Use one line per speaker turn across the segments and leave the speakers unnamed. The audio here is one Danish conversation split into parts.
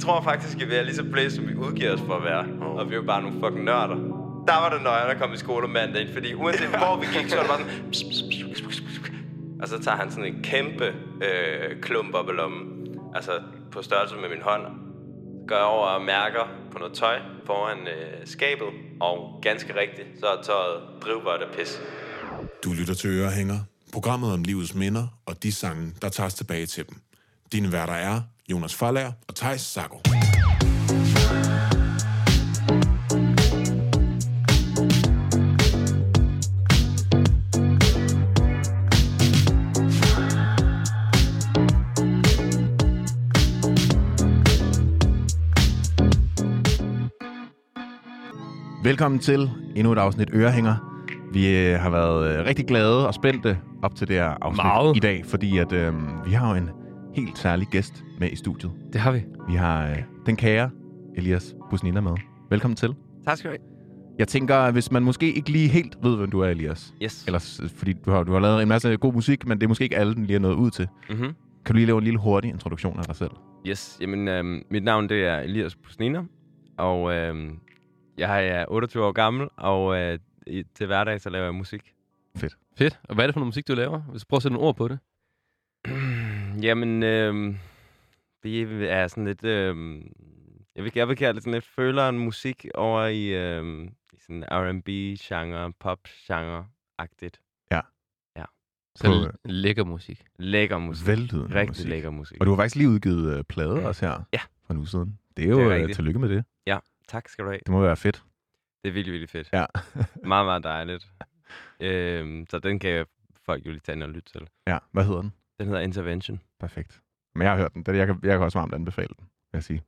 tror faktisk, at vi er lige så blæst, som vi udgiver os for at være.
Åh.
Og vi er jo bare nogle fucking nørder. Der var det nøjere, der kom i skole om mandagen, fordi uanset hvor vi gik, så var det bare sådan... pss, pss, pss, pss, pss, pss. Og så tager han sådan en kæmpe øh, klump op i lommen. Altså på størrelse med min hånd. Går jeg over og mærker på noget tøj foran øh, skabet. Og ganske rigtigt, så er tøjet drivbart af pis.
Du lytter til Ørehænger, programmet om livets minder og de sange, der tager os tilbage til dem. Dine værter er Jonas Farlager og Tejs Sako.
Velkommen til endnu et afsnit Ørehænger. Vi øh, har været øh, rigtig glade og spændte op til det her afsnit
Meget.
i dag, fordi at, øh, vi har jo en helt særlig gæst med i studiet.
Det har vi.
Vi har øh, den kære Elias Busnina med. Velkommen til.
Tak skal du have.
Jeg tænker, hvis man måske ikke lige helt ved, hvem du er, Elias.
Yes.
Ellers, øh, fordi du har, du har lavet en masse god musik, men det er måske ikke alle, den lige er nået ud til.
Mm-hmm.
Kan du lige lave en lille hurtig introduktion af dig selv?
Yes, jamen øhm, mit navn det er Elias Busnina, og øhm, jeg er 28 år gammel, og øh, i- til hverdag så laver jeg musik.
Fedt. Og hvad er det for noget musik, du laver? Hvis du prøver at sætte nogle ord på det.
Jamen, øhm, det er sådan lidt, øhm, jeg vil, jeg vil kalde det sådan lidt føleren musik over i, øhm, i sådan R&B-genre, pop-genre-agtigt.
Så
På-
l- lækker musik.
Lækker øh, musik.
Vældig
Rigtig lækker musik.
Og du har faktisk lige udgivet øh, plade også her
Ja.
for en uge siden. Det er jo det er
rigtigt.
tillykke med det.
Tak skal du have.
Det må være fedt.
Det er virkelig, virkelig fedt.
Ja.
meget, meget dejligt. Øhm, så den kan folk jo lige tage ind og lytte til.
ja, hvad hedder den?
Den hedder Intervention.
Perfekt. Men jeg har hørt den. Det- Jeg kan, jeg kan også varmt anbefale den, vil jeg sige.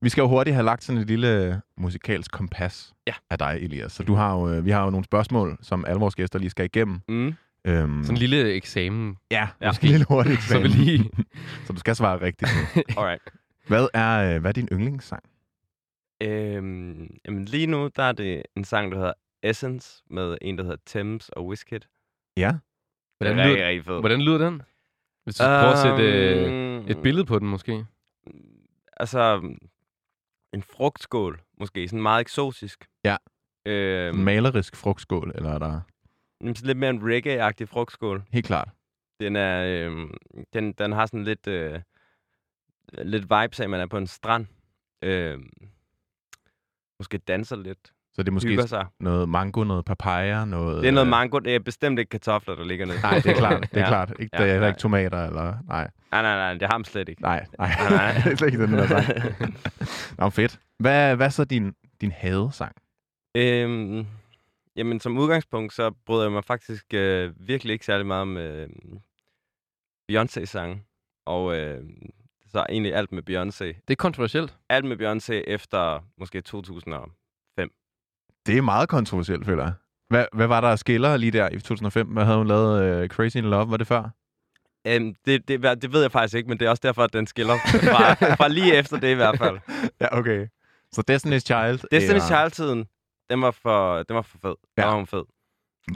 Vi skal jo hurtigt have lagt sådan et lille øh, musikalsk kompas
Ja.
af dig, Elias. Så du har jo, øh, vi har jo nogle spørgsmål, som alle vores gæster lige skal igennem.
Mm.
Øhm,
Sådan en lille eksamen.
ja,
ja.
måske en lille hurtig
Så vi
eksamen.
lige...
så du skal svare rigtigt nu.
Alright.
Hvad er, øh, hvad er din yndlingssang?
Øhm, jamen lige nu, der er det en sang, der hedder Essence, med en, der hedder Thames og Wizkid.
Ja.
den
Hvordan
er rigtig,
lyder,
rigtig fed.
hvordan lyder den? Hvis du prøver at sætte øh,
Øhm,
et billede på den, måske.
Altså, en frugtskål, måske. Sådan meget eksotisk.
Ja.
Øhm,
En malerisk frugtskål, eller er der...
jamen, sådan lidt mere en reggae-agtig frugtskål.
Helt klart.
Den er, øh, den, den har sådan lidt, øh, lidt vibes af, at man er på en strand. Øh, måske danser lidt,
Så det
måske
er måske
hygger sig.
noget mango, noget papaya, noget...
Det er noget mango, det er bestemt ikke kartofler, der ligger nede.
øh, Nej, det er klart. Det er
Ja.
klart. Ikke,
Ja,
ja, der er
nej.
ikke tomater, eller... Nej,
Nej, nej, nej, det har ham slet ikke.
nej, nej.
Nej, nej.
det er slet ikke den, der sang. Nå, fedt. Hvad, hvad er så din, din hadesang?
Øhm, jamen, som udgangspunkt, så bryder jeg mig faktisk øh, virkelig ikke særlig meget om øh, Beyoncé-sange. Og øh, så egentlig alt med Beyoncé.
Det er kontroversielt.
Alt med Beyoncé efter måske 2000 år.
Det er meget kontroversielt, føler jeg. Hvad, hvad var der af skiller lige der i 2005? Hvad havde hun lavet? Uh, Crazy in Love, var det før?
Øhm, det, det, det ved jeg faktisk ikke, men det er også derfor, at den skiller fra, fra lige efter det i hvert fald.
Ja, okay. Så Destiny's Child.
Destiny's
eller-
Child-tiden, den var for, den var for fed. Ja.
Ja.
Den var hun fed.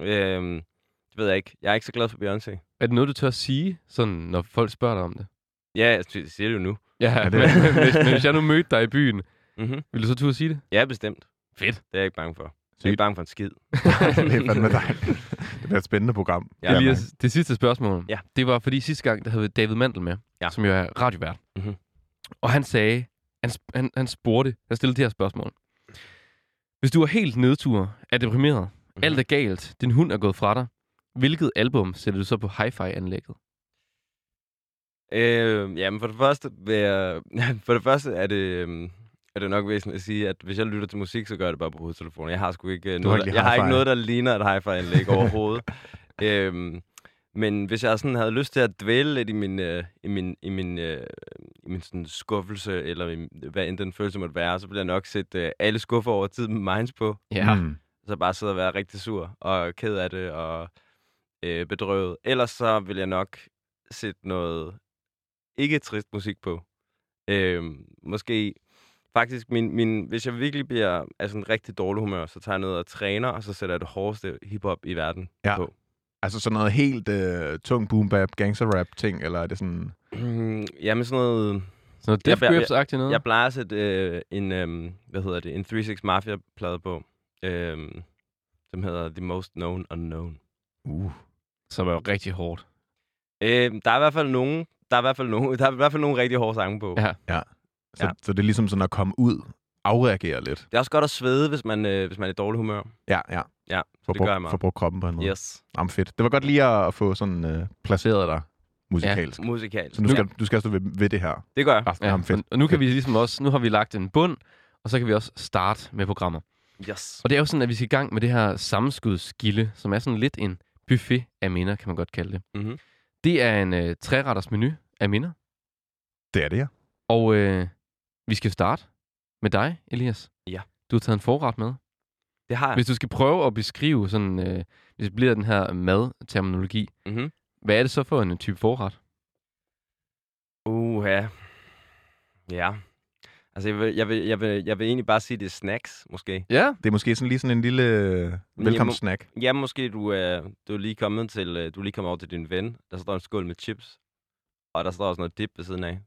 Øhm, det ved jeg ikke. Jeg er ikke så glad for Beyoncé.
Er det noget, du tør at sige, sådan, når folk spørger dig om det?
Ja, jeg sy- siger det jo nu.
Ja,
det-
men, men, hvis, men hvis jeg nu mødte dig i byen,
Mm-hmm.
ville du så turde at sige det?
Ja, bestemt.
Fedt.
Det er jeg ikke bange for. Jeg er
Sygt.
ikke bange for en skid.
det er fandme dejligt. Det bliver et spændende program.
Ja,
Elias, det sidste spørgsmål.
Ja.
Det var fordi sidste gang, der havde vi David Mandel med,
Ja.
som jo er radiovært.
Mhm.
Og han sagde, han, sp- han, han spurgte, han stillede det her spørgsmål. Hvis du er helt nedtur, er deprimeret,
Mhm.
alt er galt, din hund er gået fra dig, hvilket album sætter du så på hi-fi-anlægget?
Øh, jamen, for det første, vil jeg, for det første er det, øhm, er det nok væsentligt at sige, at hvis jeg lytter til musik, så gør jeg det bare på hovedtelefonen. Jeg har sgu ikke, øh,
Du har
noget,
ikke
der,
lige
jeg har ikke
hi-fi.
noget, der ligner et hi-fi-anlæg overhovedet. øhm, men hvis jeg sådan havde lyst til at dvæle lidt i min, øh, i min, i min, øh, i min sådan skuffelse, eller i, hvad end den følelse måtte være, så ville jeg nok sætte øh, alle skuffer over tid med Minds på.
Mm.
Så bare sidde og være rigtig sur og ked af det og øh, bedrøvet. Ellers så vil jeg nok sætte noget ikke trist musik på. Øh, måske faktisk, min, min, hvis jeg virkelig bliver af sådan rigtig dårlig humør, så tager jeg ned og træner, og så sætter jeg det hårdeste hiphop i verden
Ja.
på.
Altså sådan noget helt øh, tung boom bap, gangster rap ting, eller er det sådan...
Jamen sådan noget...
Sådan noget Death
Jeg- jeg-
Grips-agtigt noget?
Jeg plejer at sætte øh, en, øh, hvad hedder det, en 3-6 Mafia-plade på, øh, som hedder The Most Known Unknown.
Uh.
Som er jo rigtig hårdt.
Øh, der er i hvert fald nogen, der er i hvert fald nogen, der er i hvert fald nogen rigtig hårde sange på.
Ja.
Så,
Ja.
så det er ligesom sådan at komme ud, afreagere lidt.
Det er også godt at svede, hvis man, øh, hvis man er i dårlig humør.
Ja, ja.
Ja,
For
det
brug-
gør jeg meget.
For brugt kroppen på en måde.
Yes.
Jamen fedt. Det var godt lige at få sådan øh, placeret dig musikalsk. Ja.
Musikalt.
Så du skal, du skal stå ved, ved det her.
Det gør jeg.
Resten ja, af ham fedt.
og, og nu kan vi ligesom også, nu har vi lagt en bund, og så kan vi også starte med programmer.
Yes.
Og det er jo sådan, at vi skal i gang med det her sammenskudsgilde, som er sådan lidt en buffet af minder, kan man godt kalde det.
Mhm.
Det er en øh, træretters menu af minder,
Det er det, ja.
og øh, vi skal starte med dig, Elias.
Ja.
Du har taget en forret med.
Det har jeg.
Hvis du skal prøve at beskrive sådan, øh, hvis det bliver den her madterminologi,
Mhm.
hvad er det så for en øh, type forret?
Uha. Ja. Altså, jeg vil, jeg, vil, jeg, vil, jeg vil egentlig bare sige, det er snacks, måske.
Ja,
Det er måske sådan lige sådan en lille øh, velkomstsnack.
Ja, måske du, øh, du er lige kommet til, øh, du er lige kommet over til din ven. Der står en skål med chips. Og der står også noget dip ved siden af.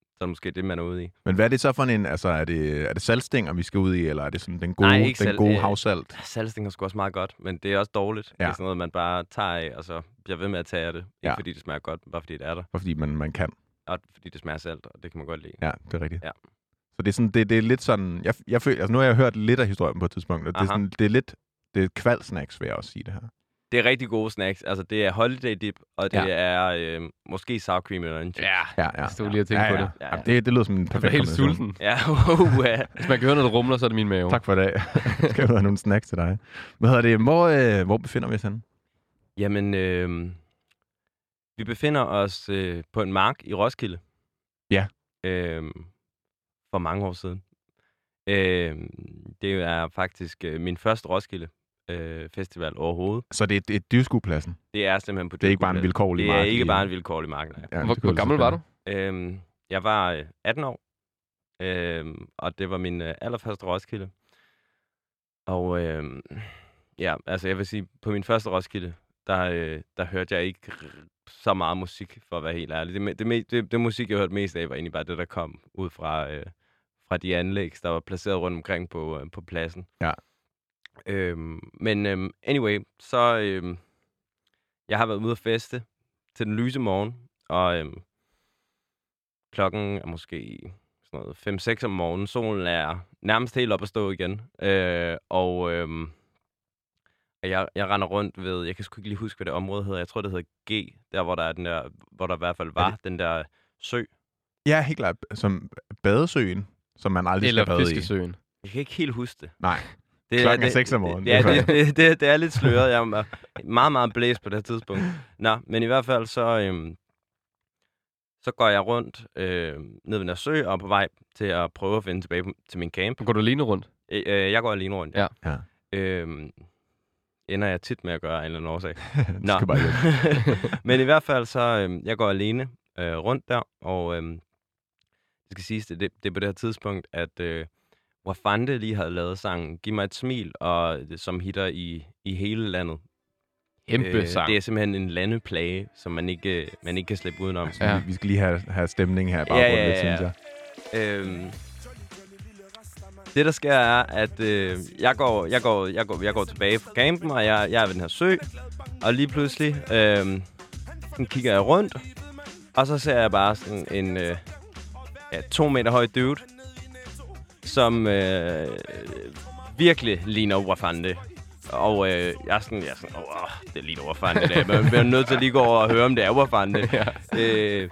Så er det måske det, man er ude i.
Men hvad er det så for en, altså er det, er det saltstænger, vi skal ud i, eller er det sådan den gode,
Nej,
Nej,
ikke
den
salt,
gode
øh,
havsalt?
Salgsting er sgu også meget godt, men det er også dårligt. Ja. Det
Ja.
er sådan noget, man bare tager af, og så bliver ved med at tage af det. Ikke
Ja.
fordi det smager godt, men bare fordi det er der.
Bare Fordi man, man kan.
Og fordi det smager salt, og det kan man godt lide.
Ja, det er rigtigt.
Ja.
Så det er, sådan, det, det er lidt sådan, jeg, jeg føler, altså nu har jeg hørt lidt af historien på et tidspunkt, og det er,
Aha.
sådan, det er lidt, det er kvalsnacks, vil jeg også sige det her.
Det er rigtig gode snacks. Altså, det er holiday dip, og det
Ja.
ja. er øh, måske sour cream eller en chips.
ja.
Ja, ja.
Jeg stod lige og tænkte
ja, ja.
på det.
Ja, ja.
Ja, ja. Jamen, det, det lyder som en
Jeg blev
perfekt
helt
kombination.
sulten.
Ja, uha.
Hvis man kan høre, når det rumler, så er det min mave.
Tak for i dag. Jeg skal ud have nogle snacks til dig. Hvad hedder det? Hvor, øh, hvor befinder vi os henne?
Jamen, øh, vi befinder os øh, på en mark i Roskilde.
Ja.
Øh, for mange år siden. Øh, det er faktisk øh, min første Roskilde øh, festival overhovedet.
Så det er, det er dyrskuepladsen.
Det er simpelthen på
Det er ikke bare en
Dyrskue Plads.
vilkårlig
Det er
mark
ikke
i-
bare en vilkårlig mark, nej.
Ja,
hvor, hvor gammel var du?
Øhm, jeg var øh, 18 år, øhm, og det var min øh, allerførste Roskilde. Og øhm, ja, altså jeg vil sige, på min første Roskilde, der, øh, der hørte jeg ikke r- så meget musik, for at være helt ærlig. Det, me- det, me- det, det musik, jeg hørte mest af, var egentlig bare det, der kom ud fra, øh, fra de anlæg, der var placeret rundt omkring på, øh, på pladsen.
Ja.
Øhm, men øhm, anyway, så øhm, jeg har været ude at feste til den lyse morgen, og øhm, klokken er måske sådan noget 5-6 om morgenen. Solen er nærmest helt op at stå igen. Øh, og øhm, og jeg, jeg render rundt ved, jeg kan sgu ikke lige huske, hvad det område hedder. Jeg tror, det hedder G, der hvor der, er den der, hvor der i hvert fald var den der sø.
Ja, helt klart. Som badesøen, som man aldrig
Eller
skal bade i.
Fiskesøen.
Jeg kan ikke helt huske det.
Nej,
det
Klokken er seks om morgenen,
Det, ja,
det er
det, det, det, det er lidt sløret. Jeg er meget, meget blæst på det her tidspunkt. Nå, men i hvert fald så, øhm, så går jeg rundt øh, ned ved den her sø og er på vej til at prøve at finde tilbage på- til min camp.
Går du alene rundt?
Øh, øh, jeg går alene rundt.
Ja.
Ja.
Øhm, ender jeg tit med at gøre af en eller anden årsag.
du skal bare hjem.
Men i hvert fald så, øhm, jeg går alene øh, rundt der, og øhm, det skal siges, det, det, det er på det her tidspunkt, at øh, Wafande lige havde lavet sangen Giv mig et smil, og det- som hitter i, i hele landet.
Kæmpe øh, sang.
det er simpelthen en landeplage, som man ikke, øh, man ikke kan slippe udenom.
Ja.
Vi, vi skal lige have, have stemning her i baggrunden,
ja,
ja, ja,
ja.
ja. synes jeg.
Øhm, det, der sker, er, at øh, jeg, går, jeg, går, jeg, går, jeg går tilbage på campen, og jeg, jeg er ved den her sø, og lige pludselig øh, sådan kigger jeg rundt, og så ser jeg bare sådan en øh, ja, to meter høj dude, som øh, virkelig ligner Wafande. Og øh, jeg er sådan, jeg er sådan åh, åh, det ligner Wafande. det der. Man bliver nødt til at lige gå over og høre, om det er Wafande. ja. øh,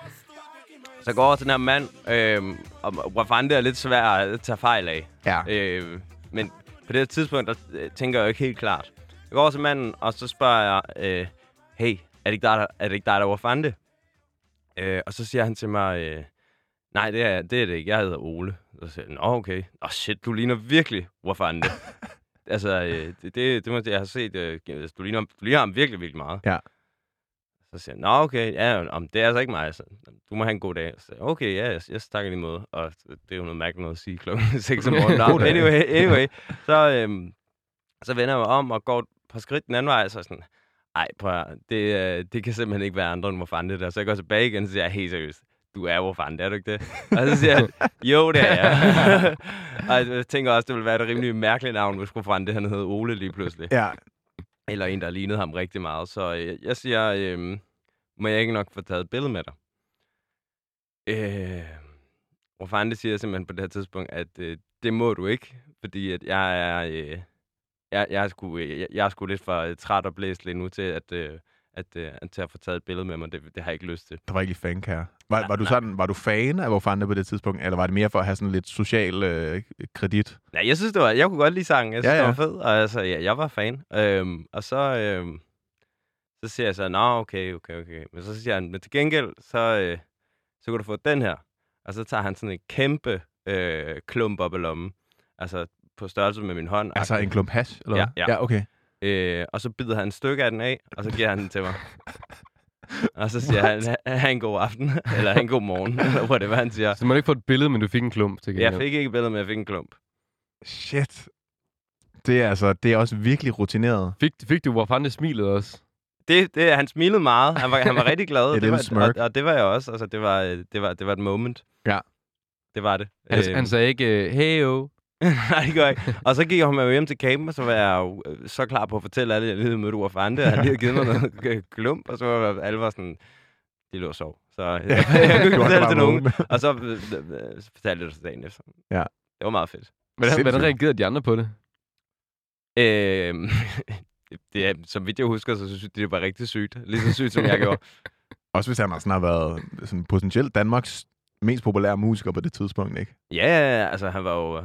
så går jeg over til den her mand, øh, og Wafande er lidt svær at tage fejl af.
Ja.
Øh, men på det her tidspunkt, der øh, tænker jeg jo ikke helt klart. Jeg går over til manden, og så spørger jeg, øh, hey, er det ikke dig, der, er det ikke dig, der var Fante? Øh, og så siger han til mig, øh, nej, det er, det er det ikke. Jeg hedder Ole. Og så siger jeg, nå, okay. Åh, shit, du ligner virkelig Wafande. altså, øh, det, det, det, må, jeg har set, øh, du, ligner, du ligner ham virkelig, virkelig meget.
Ja.
Så siger han, nå, okay, ja, om, det er altså ikke mig. Så, du må have en god dag. Så, siger jeg, okay, ja, yes, yes, tak i lige måde. Og det er jo noget mærkeligt noget at sige klokken 6 om morgenen. Nå,
God dag.
anyway, anyway, så, øhm, så vender jeg mig om og går et par skridt den anden vej, så er jeg sådan, ej, prøv at, høre, det, øh, det kan simpelthen ikke være andre end hvor fanden det der. Så jeg går tilbage igen, og siger, jeg, helt seriøst, du er hvor fanden, er du ikke det? Og så siger han, jo, det er jeg. og jeg tænker også, det ville være et rimelig mærkeligt navn, hvis hvor fanden det han hed Ole lige pludselig.
Ja.
Eller en, der lignede ham rigtig meget. Så øh, jeg siger, øh, må jeg ikke nok få taget et billede med dig? Øh, hvor fanden det siger jeg simpelthen på det her tidspunkt, at øh, det må du ikke, fordi at jeg er... Øh, jeg, jeg, er sgu, øh, jeg, jeg er sgu lidt for øh, træt og blæst lige nu til at, øh, at, øh, til at få taget et billede med mig. Det, det har jeg ikke lyst til.
Der var ikke lige fankær. Var, var, du sådan, var du fan af hvor fanden det på det tidspunkt, eller var det mere for at have sådan lidt social øh, kredit?
Nej, jeg synes, det var, jeg kunne godt lide sangen. Jeg synes, ja,
Ja,
ja.
ja.
det var fed. Og altså, ja, jeg var fan. Øhm, og så, øhm, så siger jeg så, nå, okay, okay, okay. Men så siger han, men til gengæld, så, øh, så kan du få den her. Og så tager han sådan en kæmpe øh, klump op i lommen. Altså på størrelse med min hånd.
Altså en klump hash, eller
Ja,
hvad?
ja.
ja okay.
Øh, og så bider han et stykke af den af, og så giver han den til mig. Og så siger han, "Ha- ha' en god aften, eller ha' en god morgen, eller whatever han siger.
Så man ikke få et billede, men du fik en klump til
Jeg
gengæld.
fik ikke billedet, men jeg fik en klump.
Shit. Det er altså, det er også virkelig rutineret.
Fik, fik du, hvor fanden det smilede også?
det, det, han smilede meget. Han var, han var rigtig glad.
Et
og det
lille
var,
smirk.
Og, og, det var jeg også. Altså, det var, øh, det var, det var et moment.
Ja.
Det var det.
Han, øhm. han sagde ikke, øh, hey yo.
nej, det gør jeg ikke. Og så gik jeg med hjem til campen, og så var jeg jo øh, så klar på at fortælle alle, at jeg lige mødte Uffe Ante, og han lige havde givet mig noget øh, klump, og så var alle var sådan, de lå og sov. Så øh, jeg kunne
Du
ikke
var
fortælle det
bare
til nogen.
vågen.
Og så, øh, øh, så fortalte jeg det til dagen efter.
Ja.
Det var meget fedt.
Hvordan, hvordan
Sindssygt.
reagerede de andre på det?
Øhm, det, er- som vidt jeg husker, så synes jeg, det var rigtig sygt. Lige så sygt, som jeg gjorde.
Også hvis han har sådan har været sådan potentielt Danmarks mest populære musiker på det tidspunkt, ikke?
Ja, ja, ja, altså han var jo øh,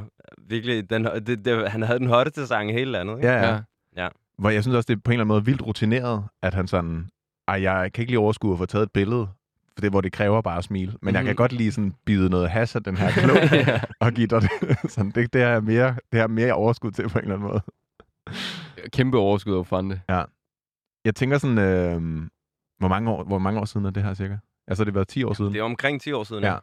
virkelig, den, det, det, han havde den hotteste sang i hele landet. Ikke?
Ja, ja.
Ja.
Hvor jeg synes også, det er på en eller anden måde vildt rutineret, at han sådan, ej, jeg kan ikke lige overskue at få taget et billede, for det er, hvor det kræver bare at smile. Men mm-hmm. jeg kan
Mm.
Mhm.
godt lige sådan bide noget has af den her klog,
ja.
og give dig det. Sådan, det, det, har jeg mere, det har jeg mere overskud til på en eller anden måde.
Kæmpe overskud over Fante.
Jeg tænker sådan, øh, hvor, mange år, hvor mange år siden er det her cirka? Altså, det har været 10 år siden.
Det er omkring 10 år siden.
Ja.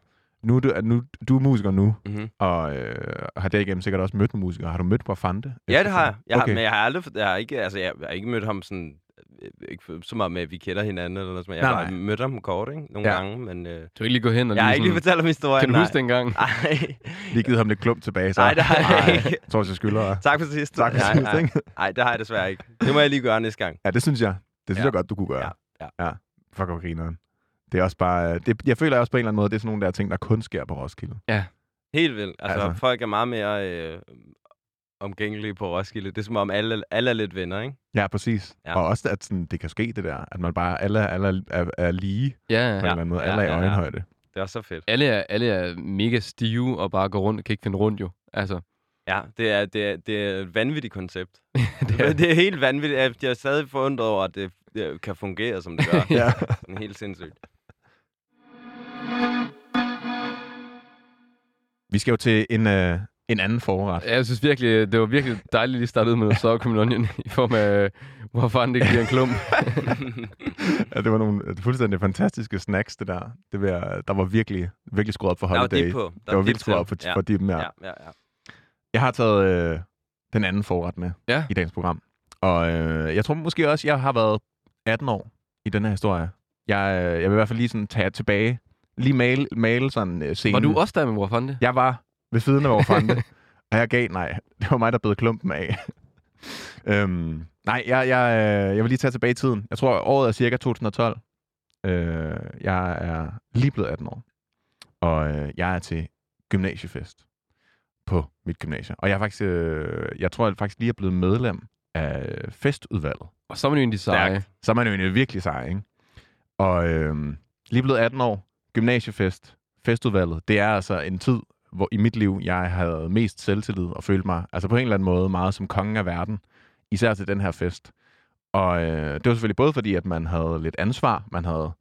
Nu, er du, er nu, du er musiker nu,
Mm-hmm.
og øh, har derigennem sikkert også mødt nogle musikere. Har du mødt Brafante?
ja, det har jeg. jeg har,
okay.
Men jeg har aldrig, jeg har ikke, altså jeg, jeg har ikke mødt ham sådan, øh, ikke så meget med, at vi kender hinanden eller noget, som jeg
Nej,
har bare
nej.
mødt ham kort, ikke? Nogle
Ja. ligesom-
ja. gange, men øh,
Du kan ikke lige gå hen og
jeg har ikke lige
sådan,
fortalt om historien.
kan du
nej.
huske dengang?
Nej,
Lige givet ham lidt klump tilbage, så.
nej, det har jeg
Ej,
ikke.
Jeg tror, jeg skylder.
Tak for sidst.
Tak for
Nej,
sidst,
nej.
ikke?
Nej, det har jeg desværre ikke. Det må jeg lige gøre næste gang.
Ja, det synes jeg. Det synes ja.
Ja.
jeg godt, du kunne gøre.
Ja,
ja. Fuck, hvor grineren. Det er også bare... øh, Det, jeg føler også på en eller anden måde, det er sådan nogle der ting, der kun sker på Roskilde.
Helt vildt. Altså,
Altså.
altså. folk er meget mere øh, omgængelige på Roskilde. Det er som om alle, alle er lidt venner, ikke?
Ja, præcis. Ja.
Ja.
Og også, at sådan, det kan ske, det der. At man bare... Alle, alle er, er lige på
Ja,
ja. en
ja.
eller anden måde.
Ja,
Alle er i
ja, ja.
øjenhøjde.
Det er også så fedt.
Alle er, alle er mega stive og bare går rundt kan ikke finde rundt jo. Altså,
Ja, det er, det er, det er et vanvittigt koncept.
det
Det er,
er,
det er helt vanvittigt. Jeg- Jeg er stadig forundret over, at det, det kan fungere, som det gør.
Ja.
Ja.
Det er helt sindssygt.
Vi skal jo til en, øh, en anden forret.
Ja, jeg synes virkelig, det var virkelig dejligt lige startet med noget sour cream and onion i form af, hvor fanden det giver en klump.
Ja, det var nogle øh, fuldstændig fantastiske snacks, det der. Det var, der var virkelig, virkelig skruet op for
Der var
holiday.
dip på.
Der var
dip
virkelig skruet
til.
op for,
ja.
for dem, ja.
Ja, ja, ja.
Jeg har taget øh, den anden forret med
Ja.
i dagens program. Og øh, jeg tror måske også, jeg har været 18 år i den her historie. Jeg, øh, jeg vil i hvert fald lige sådan tage tilbage. Lige male, male sådan øh, scenen.
Var du også der med hvor fanden det?
Jeg var ved siden af Fante, og jeg gav nej. Det var mig, der blev klumpen af. øhm, nej, jeg, jeg, øh, jeg vil lige tage tilbage i tiden. Jeg tror, året er cirka 2012. Øh, jeg er lige blevet 18 år, og øh, jeg er til gymnasiefest på mit gymnasie. Og jeg, er faktisk, øh, jeg tror, jeg faktisk lige er blevet medlem af festudvalget.
Og så er man jo egentlig seje.
Stærkt. Så er man jo egentlig virkelig sej, ikke? Og øhm, lige blevet 18 år, gymnasiefest, festudvalget, det er altså en tid, hvor i mit liv, jeg havde mest selvtillid og følte mig, altså på en eller anden måde, meget som kongen af verden, især til den her fest. Og øh, det var selvfølgelig både fordi, at man havde lidt ansvar, man havde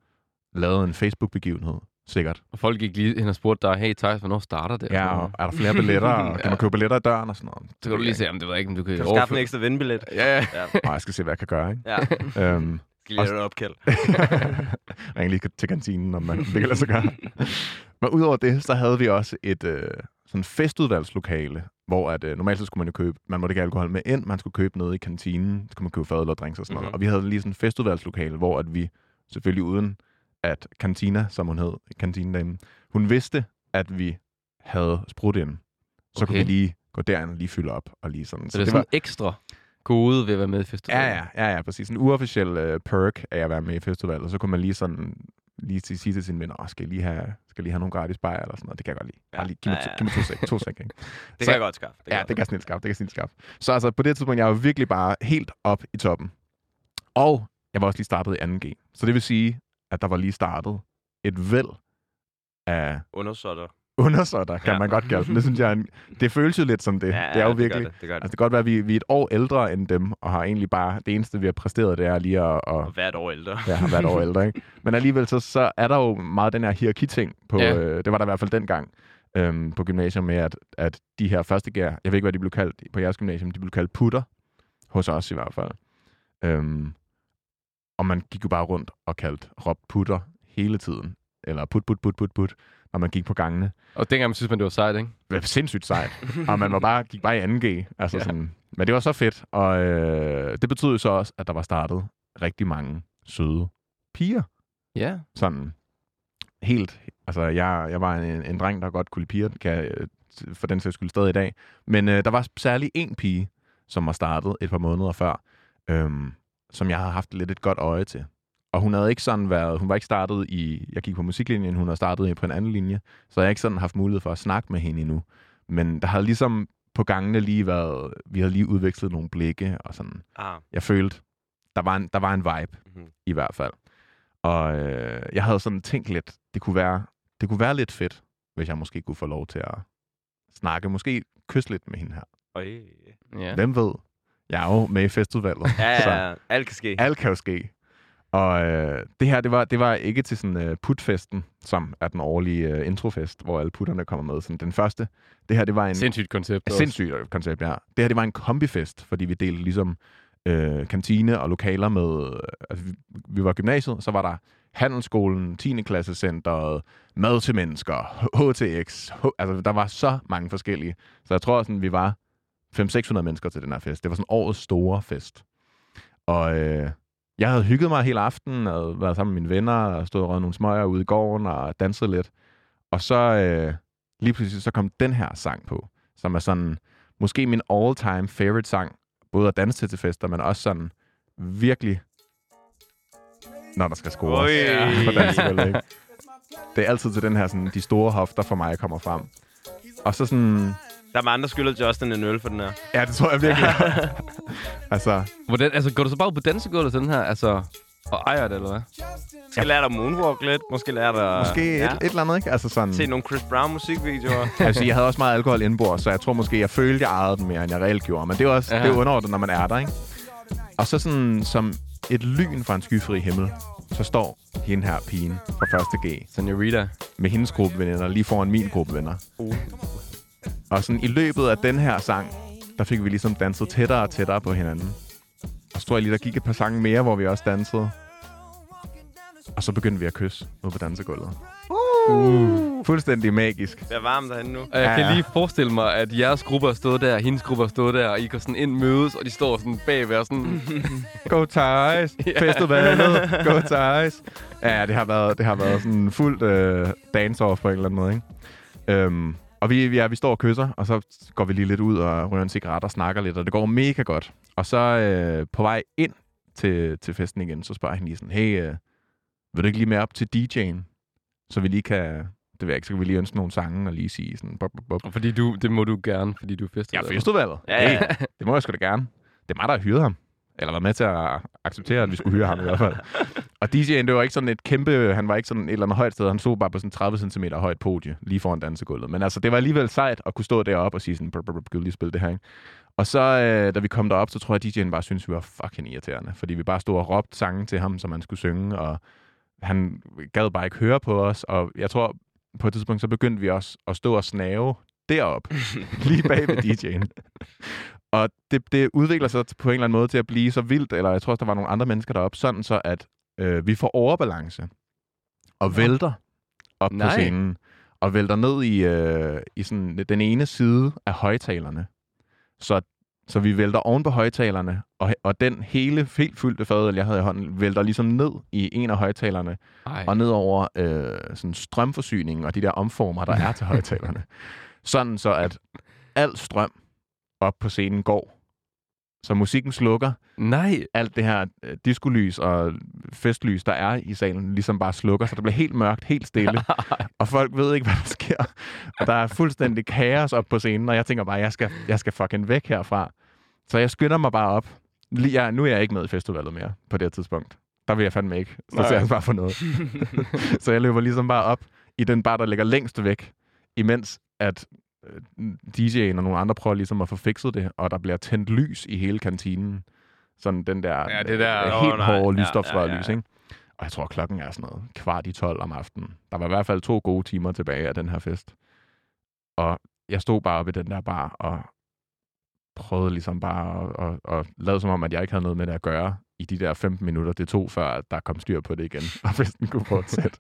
lavet en Facebook-begivenhed, sikkert.
Og folk gik lige hen og spurgte dig, hey Thijs, hvornår starter det? Og
Ja,
sådan
og
noget.
er der flere billetter, og kan
Ja.
man købe billetter i døren og sådan noget.
Så kan du lige se, om det ved jeg ikke, om du kan,
Kan du skaffe en
overføre.
ekstra vindbillet?
Ja, ja.
Ja.
Og jeg skal se, hvad jeg kan gøre, ikke?
ja.
øhm,
Skal lige have et opkald.
Ring lige til kantinen, om man det kan lade sig gøre. Men udover det, så havde vi også et øh, sådan festudvalgslokale, hvor at, øh, normalt så skulle man jo købe, man måtte ikke have alkohol med ind, man skulle købe noget i kantinen, så kunne man købe fadøl og drinks og sådan noget.
Mhm.
Og vi havde lige sådan et festudvalgslokale, hvor at vi selvfølgelig uden at Cantina, som hun hed, kantinedamen, hun vidste, at vi havde sprudt ind. Så okay. kunne vi
Okay.
lige gå derind og lige fylde op og lige sådan.
Så det er sådan en ekstra gode ved at være med i festivalen.
Ja, ja, ja, ja, præcis. En uofficiel uh, perk af at være med i festivalet. Så kunne man lige sådan lige til- sige til sine venner, oh, skal, jeg lige have, skal jeg lige have nogle gratis bajer eller sådan noget. Det kan jeg godt lide.
Ja.
Bare lige, giv mig,
Ja,
to,
ja.
giv mig to sæk, to sæk, ikke?
Det
Så-
kan jeg godt skaffe.
ja,
jeg
det
godt.
kan snilt skaffe, det kan snilt skaffe. Så altså, på det tidspunkt, jeg var virkelig bare helt op i toppen. Og jeg var også lige startet i 2G. Så det vil sige, at der var lige startet et væld af
Undersåtter.
undersåtter, kan ja.
Ja.
man godt kalde dem. Det synes jeg, er en, det føles jo lidt som det. det er jo virkelig,
Det, det gør det.
Altså, det kan godt være, at vi, vi er et år ældre end dem, og har egentlig bare... Det eneste, vi har præsteret, det er lige at, at
Og hvert år ældre.
ja, har været år ældre, ikke? Men alligevel, så, så er der jo meget den her hierarki-ting. På,
Ja.
ja. øh, det var der i hvert fald dengang øhm, på gymnasiet med, at, at de her første gær, jeg ved ikke, hvad de blev kaldt på jeres gymnasium, de blev kaldt putter, hos os i hvert fald. Øhm, og man gik jo bare rundt og kaldte Rob putter hele tiden. Eller put, put, put, put, put, når man gik på gangene.
Og dengang synes man, det var sejt, ikke?
Det var sindssygt sejt. Og man var bare, gik bare i 2G. Altså
Ja.
ja. sådan. Men det var så fedt, og øh, det betød jo så også, at der var startet rigtig mange søde piger.
Ja.
Sådan helt, altså jeg, jeg var en, en dreng, der godt kunne lide piger, kan, jeg, øh, t- for den sags skyld stadig i dag. Men øh, der var særlig en pige, som var startet et par måneder før, øhm, som jeg har haft lidt et godt øje til. Og hun havde ikke sådan været, hun var ikke startet i, jeg gik på musiklinjen, hun havde startet på en anden linje, så jeg har ikke sådan haft mulighed for at snakke med hende endnu. Men der havde ligesom på gangene lige været, vi havde lige udvekslet nogle blikke og sådan.
Ah,
Jeg følte, der var en, der var en vibe
mhm.
i hvert fald. Og øh, jeg havde sådan tænkt lidt, det kunne, være, det kunne være lidt fedt, hvis jeg måske kunne få lov til at snakke, måske kysse lidt med hende her.
Øj.
ja.
Ja. Hvem ved? Jeg er jo med i festivalet.
Ja,
så
ja, ja. Alt kan ske.
alt kan jo ske. Og øh, det her, det var, det var ikke til sådan øh, putfesten, som er den årlige øh, introfest, hvor alle putterne kommer med. Sådan den første. Det her, det var en
Sindssygt koncept. også.
sindssygt øh, koncept, ja. Det her, det var en kombifest, fordi vi delte ligesom øh, kantine og lokaler med... Øh, altså, vi, vi var i gymnasiet, så var der handelsskolen, 10. klassecenteret, mad til mennesker, HTX. H- altså, der var så mange forskellige. Så jeg tror, sådan, vi var 500-600 mennesker til den her fest. Det var sådan årets store fest. Og øh, jeg havde hygget mig hele aftenen, og havde været sammen med mine venner, og stået og røget nogle smøger ude i gården, og danset lidt. Og så øh, lige pludselig, så kom den her sang på, som er sådan, måske min all-time favorite sang, både at danse til til fester, men også sådan virkelig, når der skal scores.
Oj.
På dansegulvet, ikke? Det er altid til den her, sådan, de store hofter for mig kommer frem. Og så sådan,
Der er mange, der skylder Justin en øl for den her.
ja, det tror jeg virkelig. altså,
Hvordan, altså, går du så bare ud på dansegulvet sådan her, altså, og ejer det, eller hvad?
Måske lærer dig moonwalk lidt. Måske lærer dig...
Måske ja. et, et eller andet, ikke? Altså sådan,
Se nogle Chris Brown musikvideoer.
altså, jeg havde også meget alkohol indbord, så jeg tror måske, jeg følte, jeg ejede den mere, end jeg reelt gjorde. Men det er jo også
Ja.
ja. det er underordnet, når man er der, ikke? Og så sådan som et lyn fra en skyfri himmel, så står hende her pigen fra første G
Senorita.
med hendes gruppe veninder lige foran min gruppe venner. Og sådan i løbet af den her sang, der fik vi ligesom danset tættere og tættere på hinanden. Og så tror jeg lige, der gik et par sange mere, hvor vi også dansede. Og så begyndte vi at kysse ude på dansegulvet. Uh. Fuldstændig magisk.
Det er varmt derinde nu.
Og jeg ja,
Ja,
kan
ja.
lige forestille mig, at jeres gruppe har stået der, hendes gruppe har stået der, og I går sådan ind mødes, og de står sådan bagved og sådan...
Go Thijs! Festivalet! Go Thijs! Ja, det har været, det har været sådan fuldt øh, dance-off på en eller anden måde, ikke? Øhm, og vi, ja, vi står og kysser, og så går vi lige lidt ud og rører en cigaret og snakker lidt, og det går mega godt. Og så øh, på vej ind til, til festen igen, så spørger han lige sådan, hey, øh, vil du ikke lige med op til DJ'en? Så vi lige kan, det ved jeg ikke, så kan vi lige ønske nogle sange og lige sige sådan, bop, bop, bop.
Og fordi du, det må du gerne, fordi du er
Ja,
festivalet.
festivalet.
Ja, ja.
Det må jeg sgu da gerne. Det er mig, der har hyret ham. Eller var med til at acceptere, at vi skulle hyre ham i hvert fald. Og DJ'en, det var ikke sådan et kæmpe... Han var ikke sådan et eller andet højt sted. Han stod bare på sådan 30 cm højt podie, lige foran dansegulvet. Men altså, det var alligevel sejt at kunne stå deroppe og sige sådan... "Brr, brr, brr, Kan du lige spille det her, ikke? Og så, øh, da vi kom derop, så tror jeg, at DJ'en bare syntes, vi var fucking irriterende. Fordi vi bare stod og råbte sange til ham, som han skulle synge. Og han gad bare ikke høre på os. Og jeg tror, på et tidspunkt, så begyndte vi også at stå og snave derop, lige bag ved DJ'en. Og det, det udvikler sig på en eller anden måde til at blive så vildt, eller jeg tror også, der var nogle andre mennesker deroppe, sådan så, at øh, vi får overbalance og vælter op
Nej.
på scenen. Og vælter ned i, øh, i sådan den ene side af højtalerne. Så Så vi vælter oven på højtalerne, og, og den hele, helt fyldte fadøl, jeg havde i hånden, vælter ligesom ned i en af højtalerne,
Ej.
og ned over øh, sådan strømforsyningen og de der omformer, der er til højtalerne. Sådan så, at al strøm op på scenen går. Så musikken slukker,
Nej.
alt det her øh, diskolys og festlys, der er i salen, ligesom bare slukker, så det bliver helt mørkt, helt stille, og folk ved ikke, hvad der sker. Og der er fuldstændig kaos op på scenen, og jeg tænker bare, jeg skal, jeg skal fucking væk herfra. Så jeg skynder mig bare op. Lige, jeg, nu er jeg ikke med i festivalet mere på det her tidspunkt. Der vil jeg fandme ikke. Så ser jeg bare for noget. så jeg løber ligesom bare op i den bar, der ligger længst væk, imens at øh, DJ'en og nogle andre prøver ligesom at få fikset det, og der bliver tændt lys i hele kantinen. Sådan den der,
Ja, det der-
øh,
Nå,
helt
nej.
hårde
Ja,
lysstofsrørlys,
ja, ja, ja.
ikke? Og jeg tror, klokken er sådan noget kvart i 12 om aftenen. Der var i hvert fald to gode timer tilbage af den her fest. Og jeg stod bare oppe i den der bar og prøvede ligesom bare at, og, og lade som om, at jeg ikke havde noget med det at gøre i de der 15 minutter, det tog, før at der kom styr på det igen, og festen kunne fortsætte.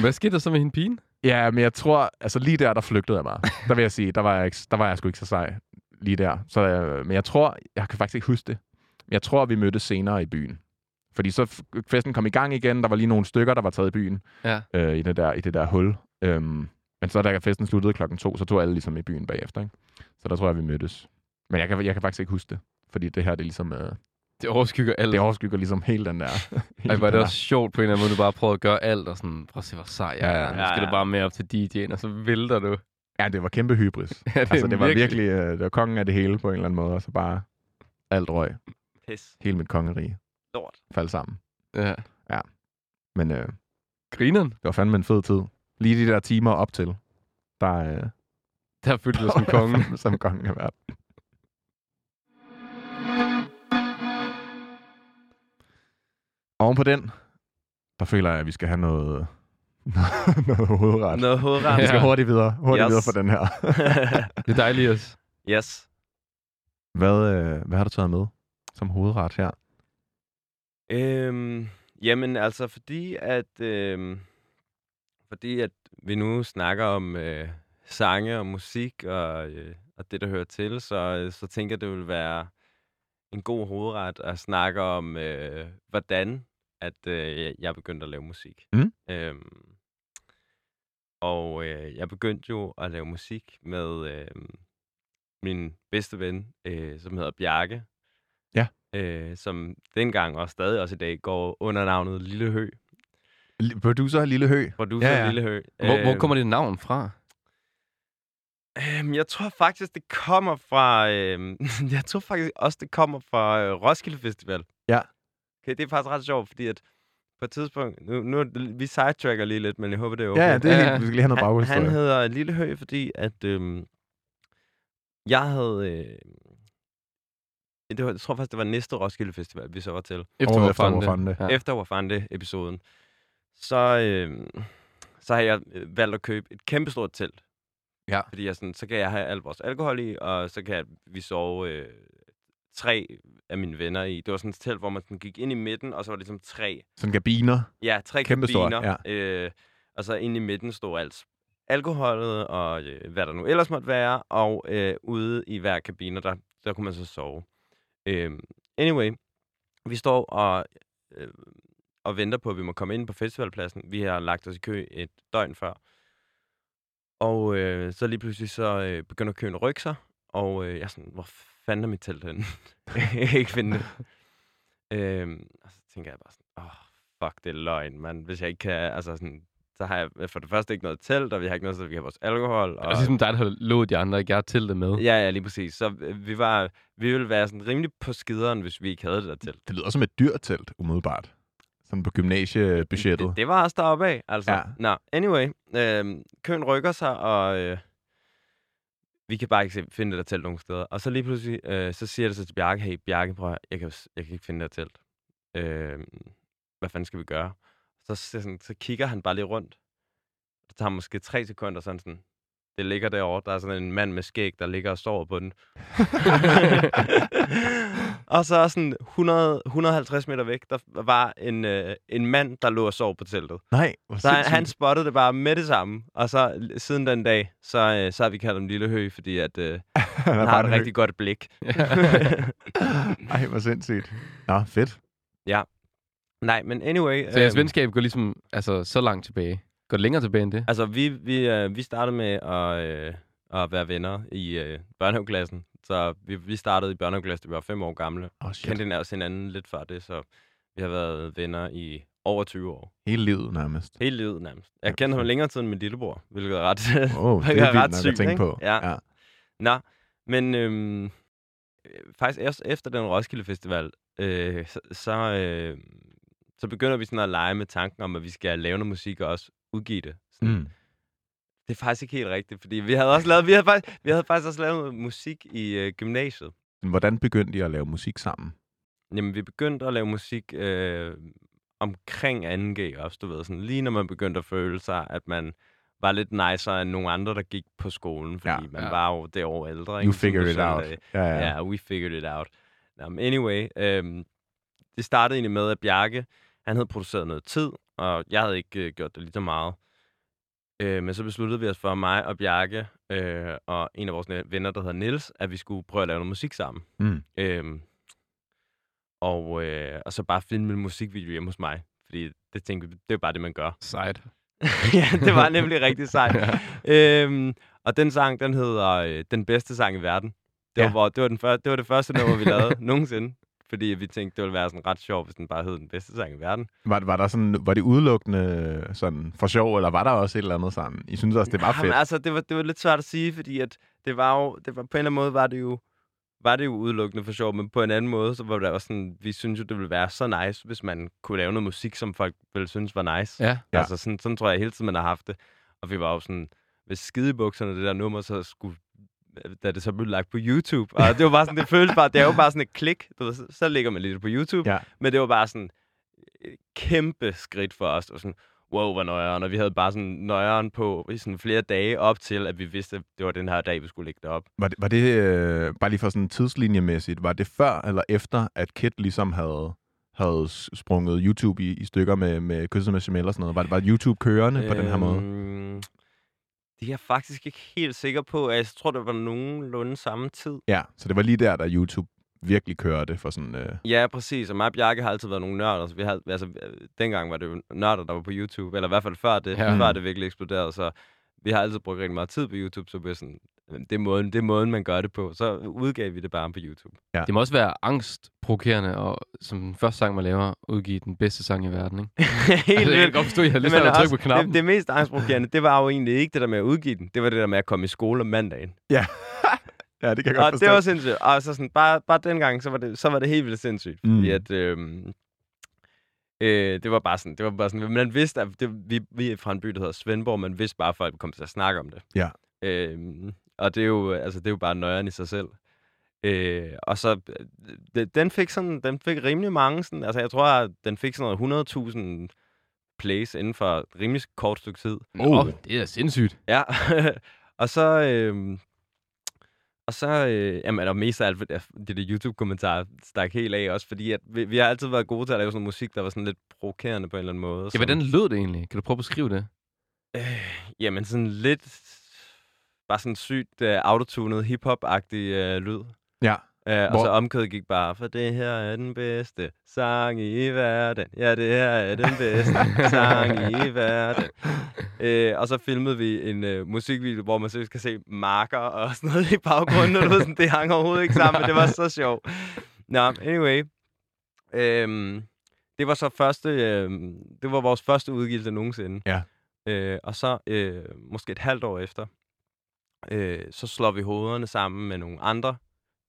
Hvad skete der så med hende pigen?
Ja, men jeg tror, altså lige der, der flygtede jeg mig. Der vil jeg sige, der var jeg, ikke, der var jeg sgu ikke så sej lige der. Så, øh, men jeg tror, jeg kan faktisk ikke huske det. Men jeg tror, vi mødtes senere i byen. Fordi så f- festen kom i gang igen, der var lige nogle stykker, der var taget i byen.
Ja.
Øh, i, det der, I det der hul. Øhm, men så da festen sluttede klokken to, så tog alle ligesom i byen bagefter. Ikke? Så der tror jeg, vi mødtes. Men jeg kan, jeg kan faktisk ikke huske det. Fordi det her, det er ligesom, øh,
Det overskygger alt.
det overskygger ligesom hele den der.
Ej,
hele
var
den
det også sjovt på en eller anden måde, du bare prøvede at gøre alt, og sådan, prøv at se, hvor sej jeg
Ja,
er.
ja.
Nu skal
Ja,
du
ja.
bare med op til DJ'en, og så vælter du.
der. Ja, det var kæmpe hybris.
Ja, det,
altså, det var virkelig, øh, det var kongen af det hele på en eller anden måde, og så bare alt røg.
Pis.
Hele mit kongerige
Lort.
faldt sammen.
Ja.
Men øh, det
Grineren,
var fandme en fed tid. Lige de der timer op til, der, øh,
der følte
der
jeg som
var
kongen.
jeg fandme som kongen af verden. Oven på den, der føler jeg, at vi skal have noget, noget hovedret.
Noget hovedret.
Vi skal
Ja.
hurtigt videre, hurtigt
Yes.
videre for den her.
Det er dejligt også.
yes.
hvad, øh, hvad har du taget med som hovedret her?
Øhm,
Jamen altså, fordi at, øh, fordi at vi nu snakker om øh, sange og musik og, øh, og det, der hører til, så, øh, så tænker jeg, det vil være en god hovedret at snakke om, øh, hvordan at øh, jeg begyndte at lave musik.
Mm.
Øhm, og øh, jeg begyndte jo at lave musik med øh, min bedste ven, øh, som hedder Bjarke øh, som dengang og stadig også i dag går under navnet Lille Hø.
L- Producer Lille Hø.
Producer
Ja,
ja,
ja.
ja. Lille Hø.
Hvor, hvor kommer det navn fra?
Øhm, jeg tror faktisk, det kommer fra... Øhm, jeg tror faktisk også, det kommer fra øh, Roskilde Festival.
Ja.
Okay, det er faktisk ret sjovt, fordi at på et tidspunkt... Nu, nu er det- vi sidetracker lige lidt, men jeg håber, det er okay. Øh,
Ja, ja, det er
Ja,
helt,
ja.
vi skal lige have noget
han, han
baggrundshistorie.
hedder Lille Hø, fordi at... Øhm, jeg havde... Øh, det var, jeg tror faktisk, det var næste Roskilde Festival, vi så var til.
Året
Vor
efter Vor
Fande.
Fande.
Ja.
ja. efter Wafande-episoden, så, øh, så har jeg øh, valgt at købe et kæmpestort telt.
Ja.
Fordi jeg sådan, så kan jeg have al vores alkohol i, og så kan jeg, vi sove øh, tre af mine venner i. Det var sådan et telt, hvor man sådan gik ind i midten, og så var det ligesom tre.
Sådan gabiner.
Ja, tre
Kæmpestort,
kabiner. Ja. Øh, og så inde i midten stod alt alkoholet, og øh, hvad der nu ellers måtte være. Og øh, ude i hver kabine, der, der kunne man så sove. Øh, anyway, vi står og, øh, og venter på, at vi må komme ind på festivalpladsen. Vi har lagt os i kø et døgn før. Og øh, så lige pludselig så øh, begynder køen at rykke sig, og øh, jeg er sådan, hvor fanden er mit telt henne? jeg kan ikke finde det. øhm, og så tænker jeg bare sådan, åh, oh, fuck, det er løgn, mand. Hvis jeg ikke kan, altså sådan, så har jeg for det første ikke noget telt, og vi har ikke noget, så vi har vores alkohol. Og,
Og ligesom dig, der har lovet de andre, ikke? Jeg har til det med.
Ja, ja, lige præcis. Så øh, vi, var, vi ville være sådan rimelig på skideren, hvis vi ikke havde det der telt.
Det lyder som et dyrt telt, umiddelbart. Sådan på gymnasiebudgettet.
Det, det var også deroppe af, altså.
Ja.
Ja. Nå, anyway. Øh, køen rykker sig, og øh, vi kan bare ikke se, finde det der telt nogen steder. Og så lige pludselig, øh, så siger det så til Bjarke, hey Bjarke, prøv at, høre, jeg kan, jo s- jeg kan ikke finde det der telt. Øh, hvad fanden skal vi gøre? Så, så, sådan, så kigger han bare lige rundt. Det tager måske tre sekunder, sådan sådan, Det ligger derovre. Der er sådan en mand med skæg, der ligger og sover på den. og så sådan 100, 150 meter væk, der var en, øh, en mand, der lå og sov på teltet.
Nej, hvor
Så han,
sindssygt.
han spottede det bare med det samme. Og så l- siden den dag, så, øh, så har vi kaldt ham Lille Høg, fordi at, øh,
Han er
han
bare
har et
en
rigtig godt blik.
høg. Ej, hvor sindssygt. Nå, fedt.
Nej, men anyway.
Så jeres
øhm,
venskab går ligesom altså, så langt tilbage. Går det længere tilbage end det?
Altså, vi, vi, øh, vi startede med at, øh, at være venner i øh, børnehaveklassen. Så vi, vi startede i børnehaveklassen, da vi var fem år gamle.
Åh, oh, shit.
Kendte også hinanden lidt før det, så vi har været venner i over 20 år.
Hele livet nærmest.
Hele livet nærmest. Jeg
Jamen,
kendte ham
fedt.
længere tid end min lillebror, hvilket er ret,
Åh, oh, det
hvilket
er vildt
ret
nok
sygt,
at tænke
ikke?
på.
Ja. Nå, men øhm, øh, faktisk også efter den Roskilde Festival, øh, så, så, øh, så begynder vi sådan at lege med tanken om, at vi skal lave noget musik og også udgive det. Sådan,
Mm.
Det er faktisk ikke helt rigtigt, fordi vi havde også lavet, vi havde faktisk, vi havde faktisk også lavet noget musik i øh, gymnasiet.
Men Hvordan begyndte I at lave musik sammen?
Jamen, vi begyndte at lave musik øh, omkring 2G også, du ved, sådan, lige når man begyndte at føle sig, at man var lidt nicer end nogle andre, der gik på skolen, fordi
Ja,
ja, man
ja.
ja. var jo det år ældre.
you
ikke? Som
figured
du
it
selv
out.
sagde.
Ja,
Ja, yeah, we figured it out. Nå, men anyway, øhm, det startede egentlig med, at Bjarke, han havde produceret noget tid, og jeg havde ikke øh, gjort det lige så meget. Øh, men så besluttede vi os for, mig og Bjarke øh, og en af vores ne- venner, der hedder Nils, at vi skulle prøve at lave noget musik sammen.
Mm.
Øhm, og, øh, og så bare filme en musikvideo hjemme hos mig. Fordi det tænkte vi, det er bare det, man gør.
Sejt.
ja, det var nemlig rigtig sejt. øhm, og den sang, den hedder øh, Den bedste sang i verden. Det var,
Ja.
ja. det, var den første, det var det første nummer, vi lavede nogensinde. Fordi vi tænkte, det ville være sådan ret sjovt, hvis den bare hed Den bedste sang i verden.
Var, var, der sådan, var det udelukkende sådan for sjov, eller var der også et eller andet sådan? I synes også, det var fedt?
Jamen, altså, det var, det var lidt svært at sige, fordi at det var jo, det var, på en eller anden måde var det jo var det jo udelukkende for sjov, men på en anden måde, så var det også sådan, vi synes jo, det ville være så nice, hvis man kunne lave noget musik, som folk ville synes var nice.
Ja.
Ja.
Ja.
Altså, sådan, sådan tror jeg hele tiden, man har haft det. Og vi var jo sådan, med skidebukserne, det der nummer, så skulle da det så blev lagt på YouTube. Og det var bare sådan, det føles bare, det er jo bare sådan et klik, du ved, så, så ligger man lidt på YouTube.
Ja.
Men det var bare sådan et kæmpe skridt for os. Og sådan, wow, hvor nøjeren. Og vi havde bare sådan nøjeren på i sådan flere dage op til, at vi vidste, at det var den her dag, vi skulle ligge derop.
Var det, var det øh, bare lige for sådan tidslinjemæssigt, var det før eller efter, at Kit ligesom havde, havde s- sprunget YouTube i, i stykker med, med kysset med Jamel og sådan noget? Var, var YouTube kørende på den her måde?
Øhm, Det er jeg faktisk ikke helt sikker på. Jeg tror, det var nogenlunde samme tid.
Ja, så det var lige der, der YouTube virkelig kørte for sådan... Øh,
Ja, præcis. Og mig og Bjarke har altid været nogle nørder. Så vi har, altså, øh, dengang var det jo nørder, der var på YouTube. Eller i hvert fald før det,
Ja. Mm.
ja. før det virkelig eksploderede. Så vi har altid brugt rigtig meget tid på YouTube. Så vi er sådan, "Jamen, det er, måden, det er måden, man gør det på. Så udgav vi det bare på YouTube.
Det må også være angstprovokerende, og som den første sang, man laver, udgive den bedste sang i verden, ikke?
Helt
altså, jeg kan
vildt.
godt forstå, at jeg har lyst til
Men
at trykke
også-
på knappen.
Det, det mest angstprovokerende, det var jo egentlig ikke det der med at udgive den. Det var det der med at komme i skole om mandagen.
ja, det kan jeg godt
Og
forstå.
Ah, det var sindssygt. Og så sådan, bare, bare dengang, så var, det, så var det helt vildt sindssygt. Fordi
Mm.
at, øhm, øh, det var bare sådan, det var bare sådan, man vidste, at det, vi, vi er fra en by, der hedder Svendborg, man vidste bare, at folk kom til at snakke om det.
Ja.
Øhm, og det er jo, altså, det er jo bare nøjeren i sig selv. Øh, og så, øh, det- den fik sådan, den fik rimelig mange, sådan, altså jeg tror, at den fik sådan noget 100.000 plays inden for et rimelig kort stykke tid.
Nå, det er da sindssygt.
Ja, og så... Øh, og så, øh, jamen, og mest af alt, det, det der YouTube-kommentar stak helt af også, fordi at vi, vi har altid været gode til at lave sådan musik, der var sådan lidt provokerende på en eller anden måde.
Ja,
som-
hvordan lød det egentlig? Kan du prøve at beskrive det?
Jamen, sådan lidt... Bare sådan sygt øh, autotunet, hip-hop-agtig øh, lyd.
Ja.
Øh, og
Hvor-
så omkødet gik bare, for det her er den bedste sang i verden. Ja, det her er den bedste sang i verden. Øh, og så filmede vi en øh, musikvideo, hvor man seriøst kan se marker og sådan noget i baggrunden. Og du ved, sådan, det hang overhovedet ikke sammen, men det var så sjovt. Nå, anyway. Øhm, det var så første, øhm, det var vores første udgivelse nogensinde.
Ja.
Øh, og så øh, måske et halvt år efter, øh, så slår vi hovederne sammen med nogle andre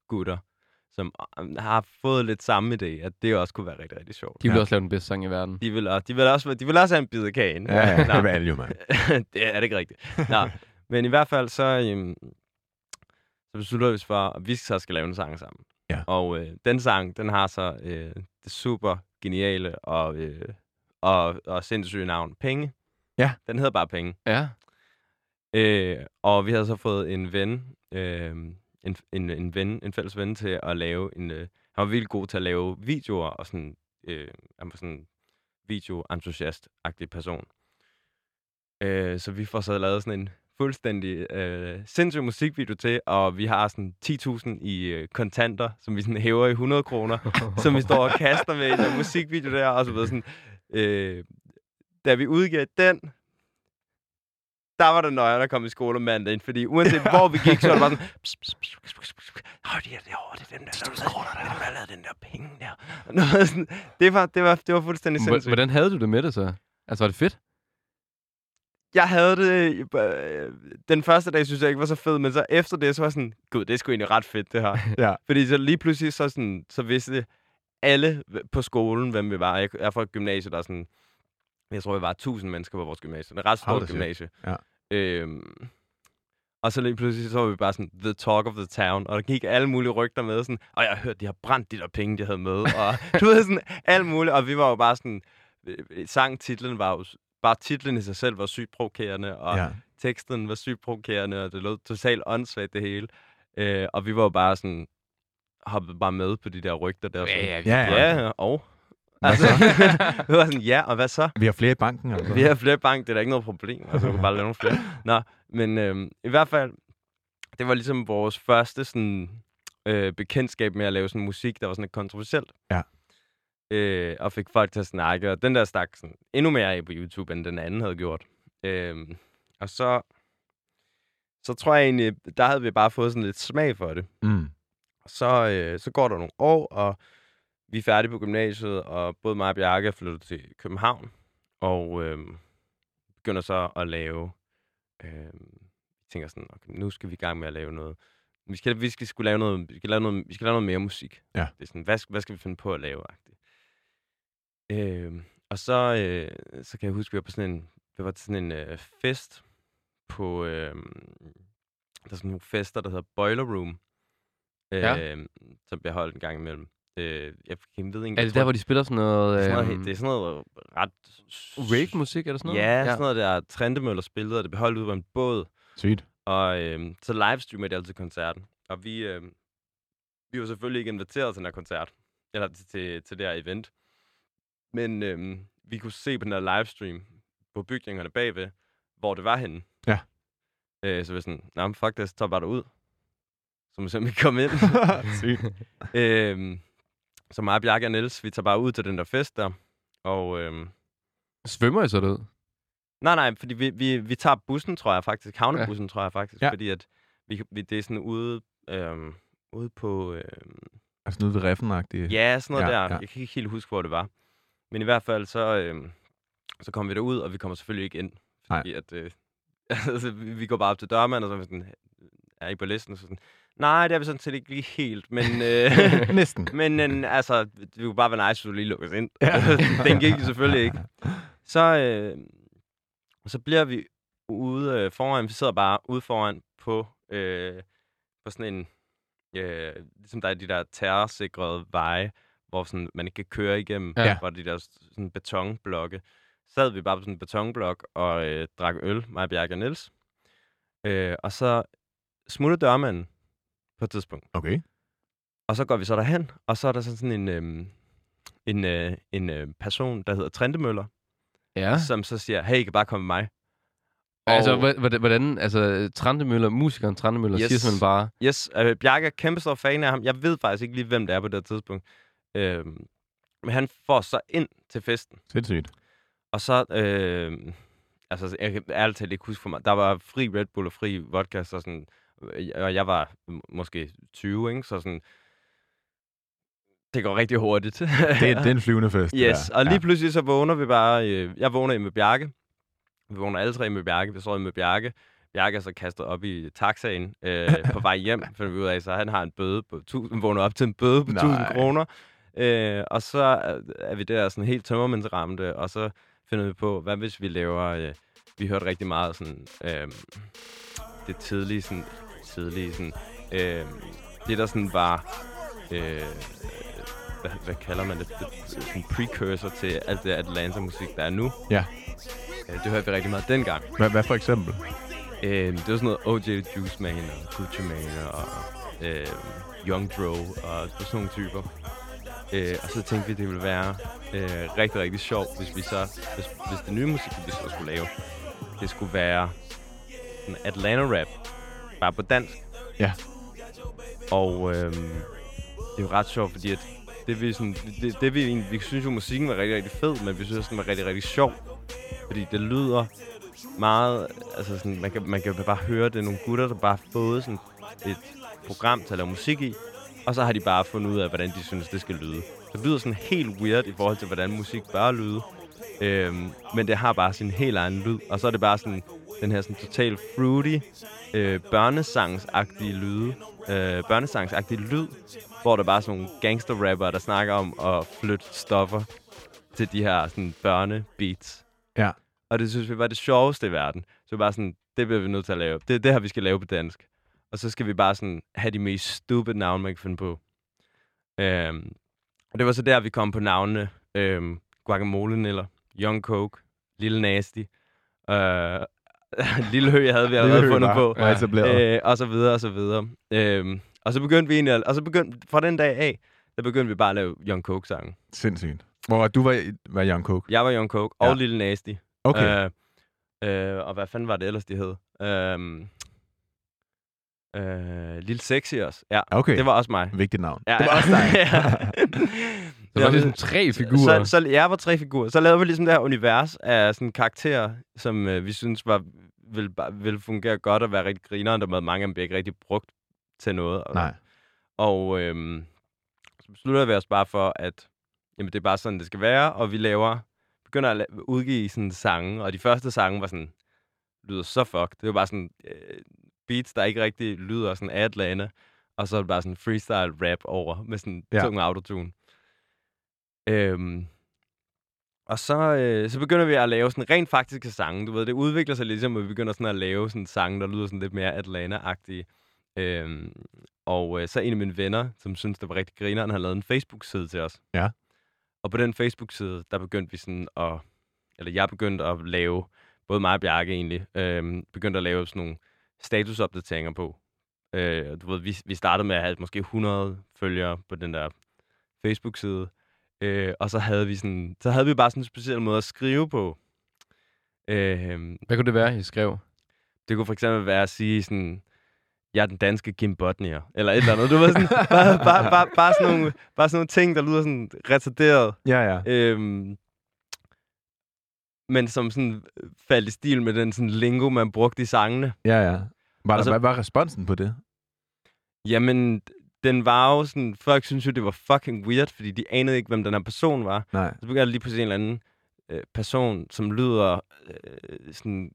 gutter, som øh, har fået lidt samme idé, at det også kunne være rigtig, rigtig sjovt.
De ville
Ja.
også lave den bedste sang i verden.
De vil, også, de vil, også, de vil også have en bid af kagen.
Ja, ja,
Nå.
det var alle jo, mand.
det er det ikke rigtigt. Nå, men i hvert fald, så, øhm, så beslutter vi os for, at vi så skal lave en sang sammen.
Ja.
Og øh, den sang, den har så øh, det super geniale og, øh, og, og sindssyge navn, Penge.
Ja.
Den hedder bare Penge.
Ja.
Øh, og vi havde så fået en ven, øh, en, en, en ven, en fælles ven til at lave en... Øh, han var virkelig god til at lave videoer, og sådan, øh, han var sådan videoentusiast-agtig person. Øh, så vi får så lavet sådan en fuldstændig øh, sindssyg musikvideo til, og vi har sådan 10.000 i øh, kontanter, som vi sådan hæver i 100 kroner, som vi står og kaster med i den musikvideo der, og så ved sådan, øh, da vi udgav den, der var det nøjere, der kom i skole om mandagen, fordi uanset hvor vi gik, så var det bare sådan, pss, pss, pss, pss, pss, pss, pss. Hov, de er derovre, det er dem der, der, der, der, der, lavede den der penge der. Og Noget sådan, det, var, det, var, det var fuldstændig
Hvor-
sindssygt.
Hvordan havde du det med det så? Altså, var det fedt?
jeg havde det... Øh, den første dag synes jeg ikke var så fed, men så efter det, så var jeg sådan, gud, det er sgu egentlig ret fedt, det her.
Ja.
Fordi så lige pludselig, så, sådan, så vidste alle hv- på skolen, hvem vi var. Jeg jeg er fra et gymnasie, der er sådan... Jeg tror, vi var 1000 mennesker på vores gymnasie. Det er et ret
Hold da
stort
sygt.
gymnasie.
Ja.
Øhm, og så lige pludselig, så var vi bare sådan, the talk of the town. Og der gik alle mulige rygter med, sådan, og jeg har hørt, de har brændt de der penge, de havde med. Og du ved, sådan alt muligt. Og vi var jo bare sådan, øh, sangtitlen var jo, s- bare titlen i sig selv var sygt provokerende. Og
Ja.
teksten var sygt provokerende, og det lød totalt åndssvagt det hele. Øh, og vi var jo bare sådan, hoppede bare med på de der rygter der. sådan,
Ja, ja.
ja, og... Altså, vi var sådan, ja, og hvad så?
Vi har flere i banken. Altså.
Vi har flere bank, det er da ikke noget problem. Altså, vi kan bare lave nogle flere. Nå, men øhm, i hvert fald, det var ligesom vores første sådan, øh, bekendtskab med at lave sådan musik, der var sådan lidt kontroversielt.
Ja.
Øh, og fik folk til at snakke, og den der stak sådan, endnu mere af på YouTube, end den anden havde gjort. Øh, og så, så tror jeg egentlig, der havde vi bare fået sådan lidt smag for det.
Mm.
Så, øh, så går der nogle år, og vi er færdige på gymnasiet, og både mig og Bjarke er flyttet til København, og øh, begynder så at lave... Øh, tænker sådan, okay, nu skal vi i gang med at lave noget... Vi skal, vi skal, skulle lave noget, vi skal lave noget, vi skal lave noget mere musik.
Ja.
Det er sådan, hvad, hvad skal vi finde på at lave? -agtigt. Øh, og så, øh, så kan jeg huske, vi var på sådan en, vi var til sådan en øh, fest på... Øh, der er sådan nogle fester, der hedder Boiler Room. Øh,
Ja.
Som bliver holdt en gang imellem. Øh, jeg, jeg ved ikke,
Er
jeg
det
tror-
der, hvor de spiller sådan noget...
det er, sådan
Øh,
noget, det er sådan noget ret...
Rave-musik, eller sådan noget?
Ja, sådan noget der Trentemøller spillede, og det blev holdt ud på en båd.
Sygt.
Og øh, så livestreamede de altid koncerten. Og vi, øh, vi var selvfølgelig ikke inviteret til den her koncert, eller til, til, til det her event. Men øh, vi kunne se på den her livestream på bygningerne bagved, hvor det var henne.
Ja.
Øh, så vi var sådan, nej, nah, fuck det, så tager vi bare derud. Så må vi simpelthen komme ind.
Sygt.
øh, så mig, Bjarke og Niels, vi tager bare ud til den der fest der. Og øh,
Svømmer I så derud?
Nej, nej, fordi vi, vi, vi tager bussen, tror jeg faktisk. Havnebussen, ja. tror jeg faktisk.
Ja.
Ja. Fordi at vi, kan- vi, det er sådan ude, øhm, ude på... Øhm,
Altså noget ved riffen -agtigt.
ja, sådan noget ja,
Ja,
der.
ja.
Ja. Jeg kan ikke helt huske, hvor det var. Men i hvert fald, så, øhm, så kom vi derud, og vi kommer selvfølgelig ikke ind. Fordi at, øh, altså, vi vi går bare op til dørmanden, og så er vi sådan, er I på listen? Så sådan, nej, det er vi sådan set ikke lige helt, men... Øh,
Næsten.
men en, altså, det kunne bare være nice, hvis du lige lukkes ind. Ja. Den gik jo selvfølgelig ikke. Så, øh, så bliver vi ude øh, foran. Vi sidder bare ude foran på, øh, på sådan en... Øh, ligesom der er de der terrorsikrede veje, hvor sådan, man ikke kan køre igennem.
Ja.
Ja. Hvor de der sådan, betonblokke. Så sad vi bare på sådan en betonblok og øh, drak øl, mig, Bjarke og Niels. Øh, og så smutter dørmanden på et tidspunkt.
Okay.
Og så går vi så derhen, og så er der sådan, sådan en, øhm, en, øh, en øh, person, der hedder Trentemøller,
Ja.
ja. som så siger, hey, I kan bare komme med mig.
Og... Altså, hva- hva- hvordan, altså, Trantemøller, musikeren Trantemøller yes.
Yes.
siger simpelthen bare,
Yes, øh, Bjarke er kæmpe stor fan af ham. Jeg ved faktisk ikke lige, hvem det er på det her tidspunkt. Øhm, men han får os så ind til festen,
Sindssygt.
og så... Øh, altså, jeg kan ærligt talt ikke huske for mig. Der var fri Red Bull og fri vodka, så sådan... øh, Og jeg var m- måske 20, ikke? Så sådan... Det går rigtig hurtigt.
Det, er- det er en flyvende fest. det
Yes,
der.
og lige pludselig så vågner vi bare... Øh, jeg vågner hjemme med Bjarke. Vi vågner alle tre med Bjarke. Vi står hjemme med Bjarke. Bjarke er så kastet op i taxaen øh, på vej hjem, finder vi ud af, så han har en bøde på 1000, vågner op til en bøde på
Nej.
1000 kroner. Øh, og så er- er vi der sådan helt tømmermændsramte, og så finder vi på, hvad hvis vi laver... Øh, vi hørte rigtig meget sådan... Øh, det tidlige sådan... Tidlige sådan... Øh, det der sådan var... Øh, hvad, hvad kalder man det? det, det sådan precursor til alt det Atlanta-musik, der er nu.
Ja.
Øh, det hørte vi rigtig meget dengang.
Hvad, hvad for eksempel?
Øh, det var sådan noget O.J. Juice Man og Gucci Mane og øh, Young Dro og sådan nogle typer. Øh, og så tænkte vi, det ville være øh, rigtig, rigtig sjovt, hvis vi så, hvis, hvis det nye musik, vi så skulle lave, det skulle være en Atlanta-rap, bare på dansk.
Ja.
Og øh, det er jo ret sjovt, fordi at det, vi, sådan, det, det vi, egentlig- vi synes jo, musikken var rigtig, rigtig fed, men vi synes også, den var rigtig, rigtig sjov. Fordi det lyder meget, altså sådan, man kan, man kan jo bare høre, det er nogle gutter, der bare har fået sådan et program til at lave musik i, og så har de bare fundet ud af, hvordan de synes, det skal lyde. Det lyder sådan helt weird i forhold til, hvordan musik bør lyde, øhm, men det har bare sin helt egen lyd, og så er det bare sådan den her sådan total fruity, øh, børnesangsagtige lyde, øh, børnesangsagtige lyd, hvor der bare er sådan nogle gangster-rapper, der snakker om at flytte stoffer til de her sådan børnebeats.
Ja.
Og det synes vi var det sjoveste i verden. Så vi bare sådan, det bliver vi nødt til at lave. Det er det her, vi skal lave på dansk. Og så skal vi bare sådan have de mest stupid navne, man kan finde på. Øhm, og det var så der, vi kom på navnene. Øhm, Guacamole Niller, Young Coke, Lille Nasty, øh, Lille Høg havde vi allerede fundet på.
Ja. etableret.
Øh, og så videre, og så videre. Øhm, og så begyndte vi egentlig, at- og så begyndte, fra den dag af, der begyndte vi bare at lave Young Coke-sangen.
Sindssygt. Hvor du var, var Young Coke.
Jeg var Young Coke og
Ja.
ja. Lille Nasty.
Okay.
Øh, øh, og hvad fanden var det ellers, de hed? Øhm, øh, Lille Sexy også. Ja,
okay.
det var også mig.
Vigtigt navn.
Ja,
det var også dig. ligesom
Så var det sådan tre figurer.
Så, så jeg var tre figurer. Så lavede vi ligesom det her univers af sådan karakterer, som øh, vi synes var ville, bare- ville fungere godt og være rigtig grineren, der med mange af dem bliver ikke rigtig brugt til noget. Og,
Nej.
Og øhm, så besluttede vi os bare for, at jamen, det er bare sådan, det skal være, og vi laver, begynder at la- udgive sådan sange, og de første sange var sådan, lyder så fuck. Det var bare sådan øh, beats, der ikke rigtig lyder sådan af Atlanta, og så er det bare sådan freestyle rap over med sådan
Ja.
ja. tung autotune. Øhm, og så, øh, så begynder vi at lave sådan rent faktiske sange. Du ved, det udvikler sig ligesom, at vi begynder sådan at lave sådan sange, der lyder sådan lidt mere Atlanta-agtige. Øhm, og øh, så en af mine venner, som synes det var rigtig grineren, han lavede en Facebook-side til os.
Ja.
Og på den Facebook-side, der begyndte vi sådan at... Eller jeg begyndte at lave, både mig og Bjarke egentlig, øhm, begyndte at lave sådan nogle statusopdateringer på. Øh, og du ved, vi, vi startede med at have måske 100 følgere på den der Facebook-side. Øh, og så havde vi sådan, så havde vi bare sådan en speciel måde at skrive på. Øh,
Hvad kunne det være, I skrev?
det kunne for eksempel være at sige sådan, jeg er den danske Kim Bodnia, eller et eller andet. Du ved sådan, bare, bare, bare, bare, sådan nogle, bare sådan nogle ting, der lyder sådan retarderet.
Ja, ja.
Øhm, men som sådan faldt i stil med den sådan lingo, man brugte i sangene.
ja, ja. Var, der,
Og så-
hvad var responsen på det?
Jamen, den var jo sådan, folk synes jo, det var fucking weird, fordi de anede ikke, hvem den her person var.
Nej.
Så begynder der lige pludselig en eller anden øh, person, som lyder øh, sådan...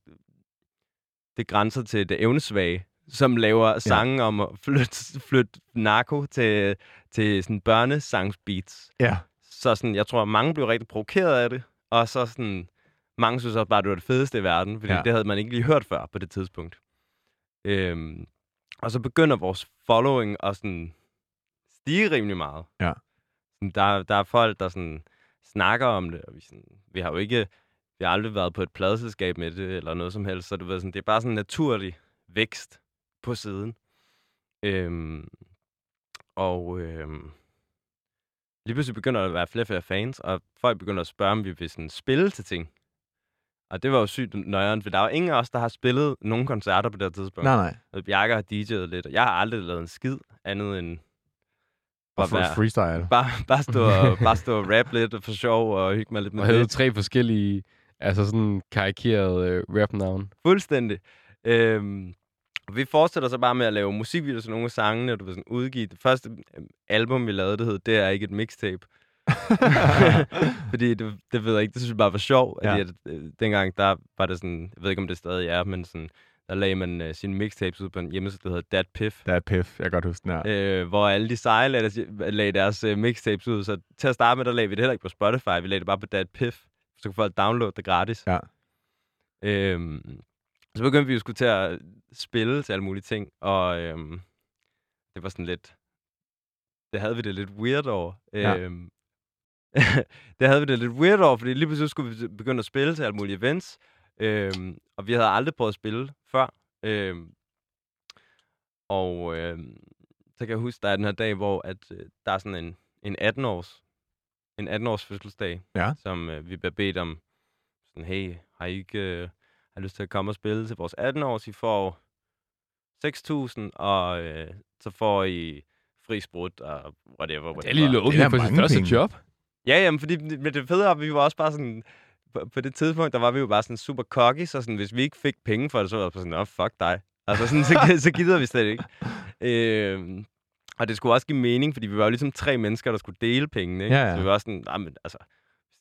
Det grænser til det evnesvage, som laver sange om at flytte, flytte narko til, til sådan børnesangsbeats.
Ja.
Så sådan, jeg tror, at mange blev rigtig provokeret af det, og så sådan, mange synes også bare, at det var det fedeste i verden, fordi
Ja.
ja. det havde man ikke lige hørt før på det tidspunkt. Øhm, og så begynder vores following at sådan stige rimelig meget.
Ja.
Sådan, Der, der er folk, der sådan snakker om det, og vi, sådan, vi har jo ikke, vi har aldrig været på et pladeselskab med det, eller noget som helst, så du ved, sådan, det er bare sådan en naturlig vækst på siden. Øhm, og øhm, lige pludselig begynder der at være flere og flere fans, og folk begynder at spørge, om vi vil sådan spille til ting. Og det var jo sygt nøjeren, for der var ingen af os, der har spillet nogen koncerter på det her tidspunkt.
Nej, nej.
Og Bjarke har DJ'et lidt, og jeg har aldrig lavet en skid andet end
Og for
være-
freestyle.
bare, bare, stå og, bare stå og rap lidt for sjov og hygge mig lidt med
Og havde
det.
tre forskellige, altså sådan karikerede øh, rap-navn.
Fuldstændig. Øhm, vi fortsætter så bare med at lave musikvideoer til nogle af sangene, og du ved sådan udgive det første øhm, album, vi lavede, det hed Det er ikke et mixtape. fordi det, det ved jeg ikke, det synes jeg bare var sjovt.
Ja.
Ja. At, øh, dengang, der var det sådan, jeg ved ikke, om det stadig er, men sådan, der lagde man øh, sine mixtapes ud på en hjemmeside, der hedder Datpiff.
Der er et pif, jeg kan godt huske den her.
øh, hvor alle de seje lagde deres, lagde deres øh, mixtapes ud. Så til at starte med, der lagde vi det heller ikke på Spotify. Vi lagde det bare på Datpiff. Så kunne folk downloade det gratis.
Ja.
Øhm, så begyndte vi jo sgu til at spille til alle mulige ting, og øhm, det var sådan lidt... Det havde vi det lidt weird over.
Ja.
Øhm, det havde vi det lidt weird over, fordi lige pludselig skulle vi begynde at spille til alle mulige events, øhm, og vi havde aldrig prøvet at spille før. Øhm, og øhm, så kan jeg huske, der er den her dag, hvor at, øh, der er sådan en, en 18-års en 18-års fødselsdag,
Ja.
som øh, vi bliver bedt om, sådan, hey, har I ikke øh, har I lyst til at komme og spille til vores 18-års? I får 6.000, og øh, så får I fri sprut og whatever. whatever.
Det er lige
Det er
lovligt
da
på sit
mange
første
penge.
job.
Ja, jamen, fordi, men det fede er, at vi var også bare sådan... På, på det tidspunkt, der var vi jo bare sådan super cocky, så sådan, hvis vi ikke fik penge for det, så var det sådan, åh, fuck dig. Altså sådan, så, så gider vi slet ikke. Øh, og det skulle også give mening, fordi vi var jo ligesom tre mennesker, der skulle dele pengene, ikke?
Ja, ja.
Så vi var sådan, nej, men altså,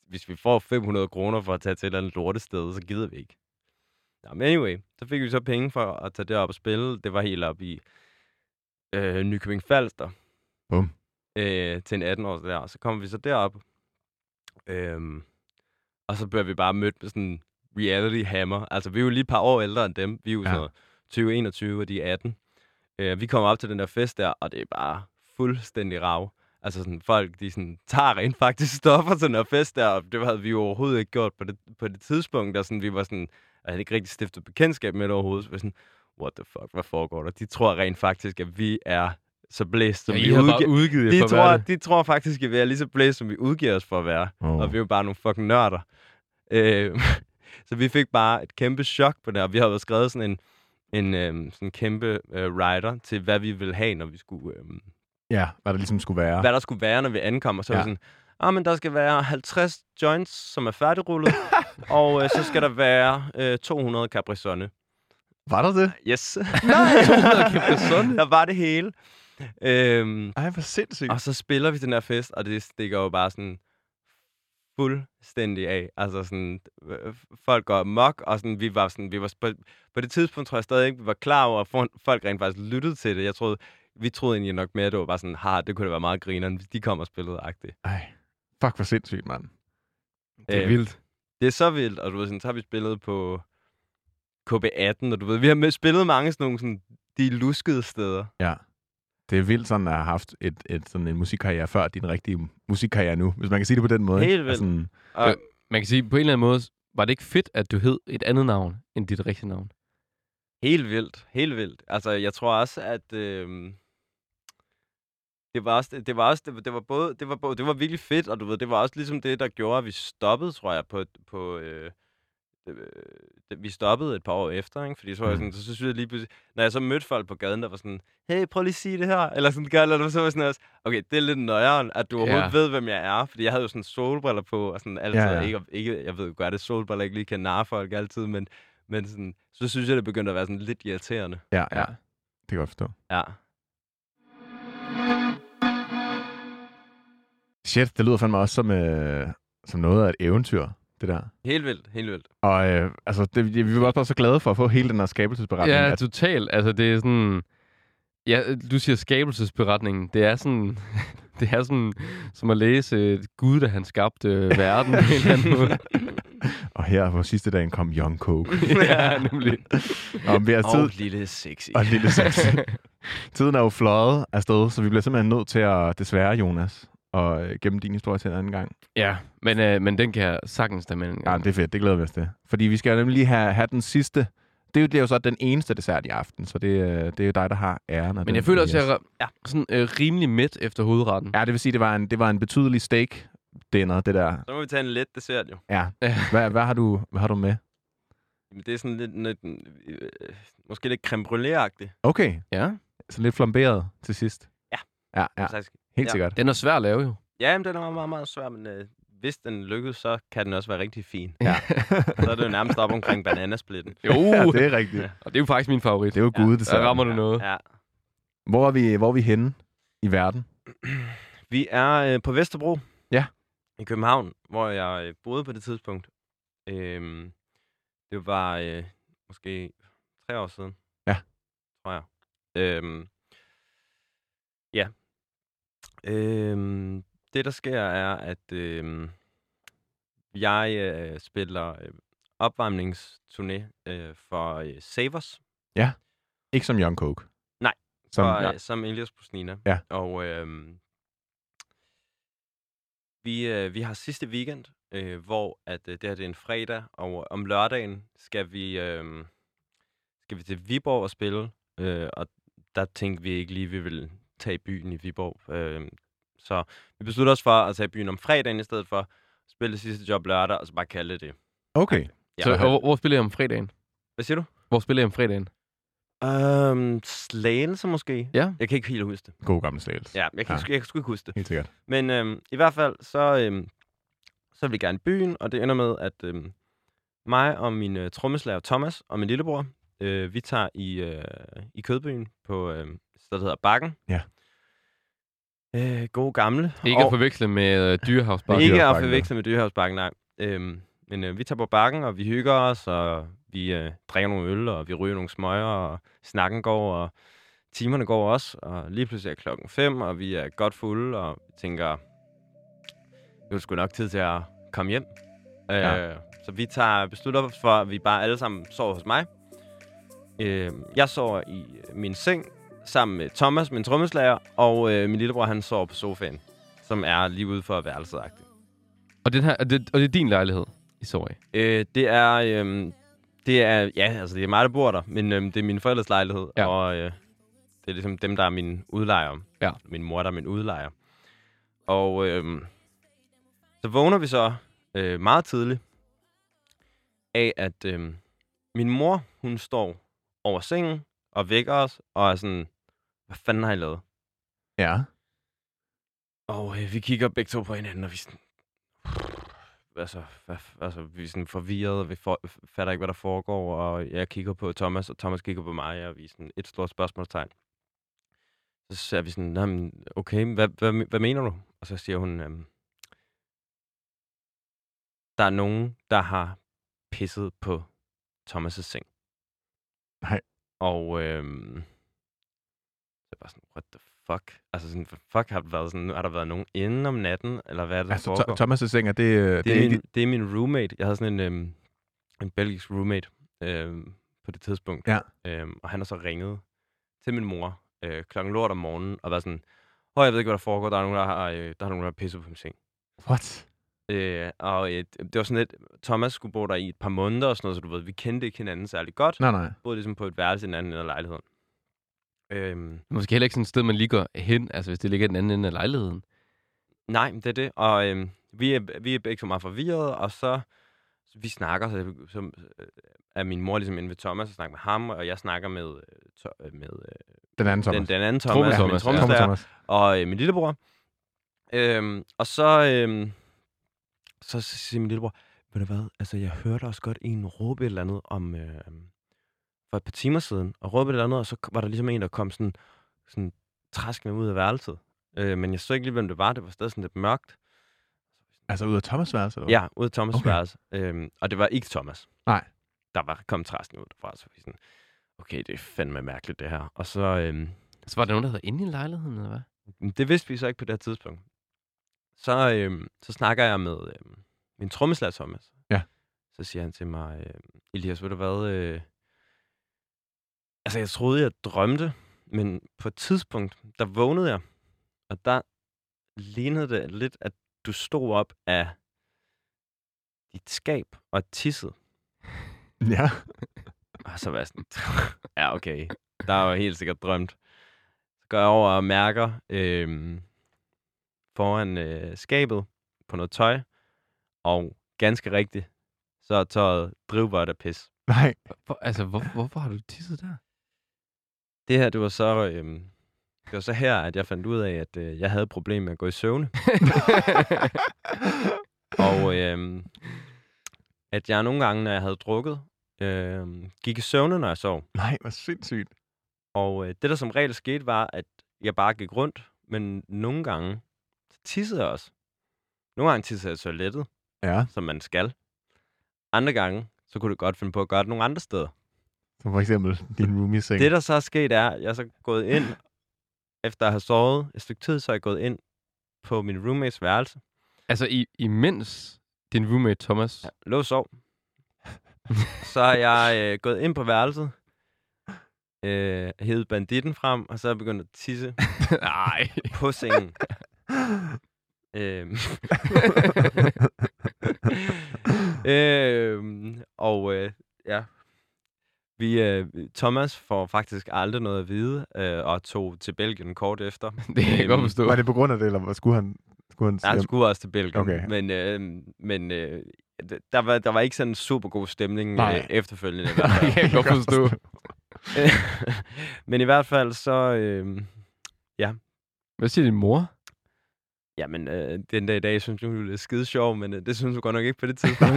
hvis vi får 500 kroner for at tage til et eller andet lortested, så gider vi ikke. Nå, men anyway, så fik vi så penge for at tage derop og spille. Det var helt op i øh, Nykøbing Falster.
Bum.
Øh, til en 18-års der. Og så kom vi så derop, Øhm, og så bliver vi bare mødt med sådan en reality hammer. Altså, vi er jo lige et par år ældre end dem. Vi er jo
Ja.
ja. sådan 20-21, og de er 18. Øh, vi kommer op til den der fest der, og det er bare fuldstændig rav. Altså, sådan, folk de sådan, tager rent faktisk stoffer til den her fest der, og det havde vi jo overhovedet ikke gjort på det, på det tidspunkt. Og sådan, vi var sådan, jeg havde ikke rigtig stiftet bekendtskab med det overhovedet. Så vi var sådan, what the fuck, hvad foregår der? De tror rent faktisk, at vi er så blæst, som
Ja, I
vi
har
udgiver.
bare udgivet jer
De
for at
tror,
være det.
de tror faktisk, at vi er lige så blæst, som vi udgiver os for at være.
Åh.
Oh. Og vi er jo bare nogle fucking nørder. Øh, så vi fik bare et kæmpe chok på det, og vi har jo skrevet sådan en, en øhm, sådan en kæmpe øh, rider til, hvad vi ville have, når vi skulle... Øhm,
Ja, hvad der ligesom skulle være.
hvad der skulle være, når vi ankom. Og så ja.
Ja.
var vi sådan, ah, men der skal være 50 joints, som er færdigrullet, og øh, så skal der være øh, 200 Capri-Sonne.
Var der det?
Yes.
200 Capri-Sonne?
Der var det hele. Øhm,
Ej, hvor sindssygt.
og så spiller vi den her fest, og det stikker jo bare sådan fuldstændig af. Altså sådan, øh, folk går amok, og sådan, vi var sådan, vi var på, på det tidspunkt tror jeg stadig ikke, vi var klar over, at for- folk rent faktisk lyttede til det. Jeg troede, vi troede egentlig nok mere, at det var bare sådan, har det kunne da være meget grineren, hvis de kom og spillede agtigt.
Ej, fuck, hvor sindssygt, mand.
Det er
Øh,
vildt.
Det er så vildt, og du ved, sådan, så har vi spillet på KB18, og du ved, vi har med- spillet mange sådan nogle sådan, de luskede steder.
Det er vildt sådan at have haft et, et, sådan en musikkarriere før din rigtige musikkarriere nu, hvis man kan sige det på den måde. ikke? Altså,
Helt vildt.
Sådan,
Og,
Ja. Man kan sige, på en eller anden måde, var det ikke fedt, at du hed et andet navn end dit rigtige navn?
Helt vildt, helt vildt. Altså, jeg tror også, at øh, det var også, det var også, det, det var både, det var både, det var virkelig fedt, og du ved, det var også ligesom det, der gjorde, at vi stoppede, tror jeg, på, på øh, øh, det- vi stoppede et par år efter, ikke? Fordi så, var jeg
Mm.
sådan, så synes jeg lige pludselig, når jeg så mødte folk på gaden, der var sådan, hey, prøv lige at sige det her, eller sådan, gør, eller noget, så var jeg sådan også, okay, det er lidt nøjeren, at du overhovedet
Ja.
ved, hvem jeg er, fordi jeg havde jo sådan solbriller på, og sådan altid,
Ja, ja.
Altså, Ikke, ikke, jeg ved jo godt, at solbriller ikke lige kan narre folk altid, men men sådan, så synes jeg, det begyndte at være sådan lidt irriterende.
ja, ja, det kan jeg godt forstå.
Ja.
Shit, det lyder fandme også som, øh, som noget af et eventyr, det der.
Helt vildt, helt vildt.
Og øh, altså, det, vi var også bare så glade for at få hele den her skabelsesberetning.
Ja,
at,
totalt. Altså, det er sådan... Ja, du siger skabelsesberetningen. Det er sådan... Det er sådan, som at læse øh, Gud, da han skabte øh, verden på en eller anden måde.
og her på sidste dagen kom Young Coke.
ja, nemlig.
og vi har tid,
lille sexy.
og en lille sex. Tiden er jo fløjet afsted, så vi bliver simpelthen nødt til at, desværre Jonas, og øh, gemme din historie til en anden gang.
Ja, men, øh, men den kan jeg sagtens da med en
Ja,
gang.
det er fedt, det glæder vi os til. Fordi vi skal jo nemlig lige have, have den sidste, det er jo, det er jo så den eneste dessert i aften, så det, øh, det er jo dig, der har æren. af
Men
den,
jeg føler også,
Elias.
at jeg er sådan, øh, rimelig midt efter hovedretten.
Ja, det vil sige, det var en, det var en betydelig steak dinner, det der.
Så må vi tage en let dessert, jo.
Ja.
Ja.
Hvad, hvad, har, du, hvad har du med?
Men det er sådan lidt, lidt øh, måske lidt creme brûlée-agtigt.
Okay,
ja.
så lidt flamberet til sidst.
Ja.
Ja, ja.
faktisk.
Helt
Ja.
sikkert.
Den er svær at lave jo.
Ja, jamen, den er meget, meget, meget svær, men øh, hvis den lykkes, så kan den også være rigtig fin.
Ja.
Så er det jo nærmest op omkring bananasplitten.
Jo,
ja, det er rigtigt.
og det er jo faktisk min favorit.
Det er jo
uh. Ja.
gud, det
Så rammer du noget.
Ja.
Hvor er, vi, hvor er vi henne i verden?
Vi er øh, på Vesterbro.
Ja.
I København, hvor jeg øh, boede på det tidspunkt. Øhm, det var øh, måske tre år siden.
Ja.
Tror jeg. Øhm, ja. Øhm, det, der sker, er, at øhm, jeg øh, spiller øh, opvarmningsturné øh, for øh, Savers,
Ikke som Young Coke.
Nej.
Som,
og,
ja.
øh, som Elias Pusnina.
Ja.
Og øhm, vi, øh, vi har sidste weekend, øh, hvor at, øh, det her det er en fredag, og om lørdagen skal vi, øh, øhm, skal vi til Viborg og spille, øh, og der tænkte vi ikke lige, at vi ville tage byen i Viborg. Øh, så vi besluttede os for at tage byen om fredagen i stedet for, spille det sidste job lørdag, og så bare kalde det det.
Okay.
Ja.
Så hvor, hvor spiller jeg om fredagen?
Hvad siger du?
Hvor spiller jeg om fredagen?
Øhm, Slagelse måske?
Ja.
Jeg kan ikke helt huske det.
God gammel slags.
Ja, jeg kan,
Ja.
ja. jeg kan sgu ikke huske det.
Helt sikkert.
Men øhm, i hvert fald, så, øhm, så vil vi gerne i byen, og det ender med, at øhm, mig og min øh, trommeslager Thomas og min lillebror, øh, vi tager i, øh, i Kødbyen på øh, et sted, der hedder Bakken.
Ja.
Øh, gode gamle.
Ikke at
Og-
forveksle med øh, dyrehavsbakken.
ikke at
Dyrehavsbakken,
forveksle med Dyrehavsbakken, nej. Øhm, men øh, vi tager på bakken, og vi hygger os, og vi øh, drikker nogle øl, og vi ryger nogle smøger, og snakken går, og timerne går også. Og lige pludselig er klokken fem, og vi er godt fulde, og tænker, nu er det sgu nok tid til at komme hjem. Øh,
Ja.
Så vi tager beslutter os for, at vi bare alle sammen sover hos mig. Øh, jeg sover i øh, min seng, sammen med Thomas, min trommeslager, og øh, min lillebror, han sover på sofaen, som er lige ude for værelset -agtigt.
Og, den her, og, det, og det er din lejlighed, I sover i.
Øh, det er... Øh, det er... Ja, altså, det er mig, der bor der, men øh, det er min forældres lejlighed,
Ja.
ja. og øh, det er ligesom dem, der er min udlejer.
Ja.
Min mor, der er min udlejer. Og øh, så vågner vi så øh, meget tidligt af, at øh, min mor, hun står over sengen og vækker os, og er sådan, hvad fanden har I lavet?
Ja.
Og øh, vi kigger begge to på hinanden, og vi er sådan... Altså, hvad, altså, vi er sådan forvirrede, og vi for, fatter ikke, hvad der foregår, og jeg kigger på Thomas, og Thomas kigger på mig, og vi er sådan et stort spørgsmålstegn. Så ser vi sådan, "Nå, men okay, men hvad, hvad, hvad mener du? Og så siger hun, øhm, der er nogen, der har pisset på Thomas' seng.
Nej.
Og øhm, så er jeg bare sådan, what the fuck? Altså sådan, hvad fuck har der været sådan, har der været nogen inden om natten, eller hvad er det, der
Altså,
foregår?
Th- Thomas' seng er det... øh,
det, er min,
ikke-
det er min roommate. Jeg havde sådan en, øhm, en belgisk roommate øhm, på det tidspunkt.
Ja.
Øhm, og han har så ringet til min mor øh, klokken lort om morgenen, og været sådan, Hør, jeg ved ikke, hvad der foregår. Der er nogen, der har, øh, der er nogen, der har pisset på min seng.
What?
Øh, og øh, det var sådan lidt, Thomas skulle bo der i et par måneder og sådan noget, så du ved, vi kendte ikke hinanden særlig godt.
Nej, nej.
Boede ligesom på et værelse i en anden ende af lejligheden. Øhm,
Måske heller ikke sådan et sted, man lige går hen, altså hvis det ligger i den anden ende af lejligheden.
Nej, men det er det. Og øhm, vi, er, vi er begge så meget forvirrede, og så vi snakker, så, så øh, er min mor ligesom inde ved Thomas og snakker med ham, og jeg snakker med, øh, to, øh, med øh,
Den anden Thomas.
den, den anden
Tromme
Thomas, Thomas min
Thomas, ja.
Tromme
trommeslager,
Thomas.
og øh, min lillebror. Øhm, og så, øhm, så siger min lillebror, ved du hvad, altså jeg hørte også godt en råbe et eller andet om, øh, for et par timer siden, og råbe et eller andet, og så var der ligesom en, der kom sådan, sådan træsk med ud af værelset. Øh, men jeg så ikke lige, hvem det var. Det var stadig sådan lidt mørkt.
Altså, ud af Thomas' værelse, eller hvad?
Ja, ude af Thomas'
Okay.
okay. værelse. Øhm, og det var ikke Thomas.
Nej.
Der var kom træsken ud derfra, så vi sådan, okay, det er fandme mærkeligt det her. Og så, øhm,
Så var der nogen, der havde inde i lejligheden, eller hvad?
det vidste vi så ikke på det her tidspunkt. Så, øhm, så snakker jeg med øhm, min trommeslager Thomas.
Ja.
Så siger han til mig, øhm, Elias, ved du hvad, øh, altså jeg troede, jeg drømte, men på et tidspunkt, der vågnede jeg, og der lignede det lidt, at du stod op af dit skab og tissede.
Ja.
Og så var jeg sådan, ja okay, der er jo helt sikkert drømt. Så går jeg over og mærker øh, foran øh, skabet på noget tøj, og ganske rigtigt, så er tøjet drivbart af pis.
Nej.
Hvor, altså, hvor, hvorfor har du tisset der?
Det her, det var så... Øh, det var så her, at jeg fandt ud af, at øh, jeg havde et problem med at gå i søvne. Og øh, at jeg nogle gange, når jeg havde drukket, øh, gik i søvne, når jeg sov.
Nej, hvor sindssygt.
Og øh, det, der som regel skete, var, at jeg bare gik rundt, men nogle gange så tissede jeg også. Nogle gange tissede jeg i toilettet,
Ja.
som man skal. Andre gange, så kunne det godt finde på at gøre det nogle andre steder.
Som for eksempel din roomie seng.
Det, der så er sket, er, at jeg er så gået ind, efter at have sovet et stykke tid, så er jeg gået ind på min roommates værelse.
altså, i, imens din roommate Thomas...
Jeg lå og sov. Så er jeg øh, gået ind på værelset, øh, hævet banditten frem, og så er jeg begyndt at tisse
Nej.
på sengen. øhm. øhm, og øh, ja, Vi, øh, Thomas får faktisk aldrig noget at vide, øh, og tog til Belgien kort efter.
Det kan jeg godt
Øhm,
forstå.
Var det på grund af det, eller hvad? skulle han... Skulle han
Nej, han
hjem?
skulle også til Belgien, okay.
Okay.
men, øh, men øh, d- der, var, der var ikke sådan en super god stemning
Nej.
øh, efterfølgende. i hvert fald.
Det kan jeg godt forstå.
men i hvert fald så, øh,
Hvad siger din mor?
jamen øh, den dag i dag synes hun, det er skide sjov, men øh, det synes hun godt nok ikke på det tidspunkt.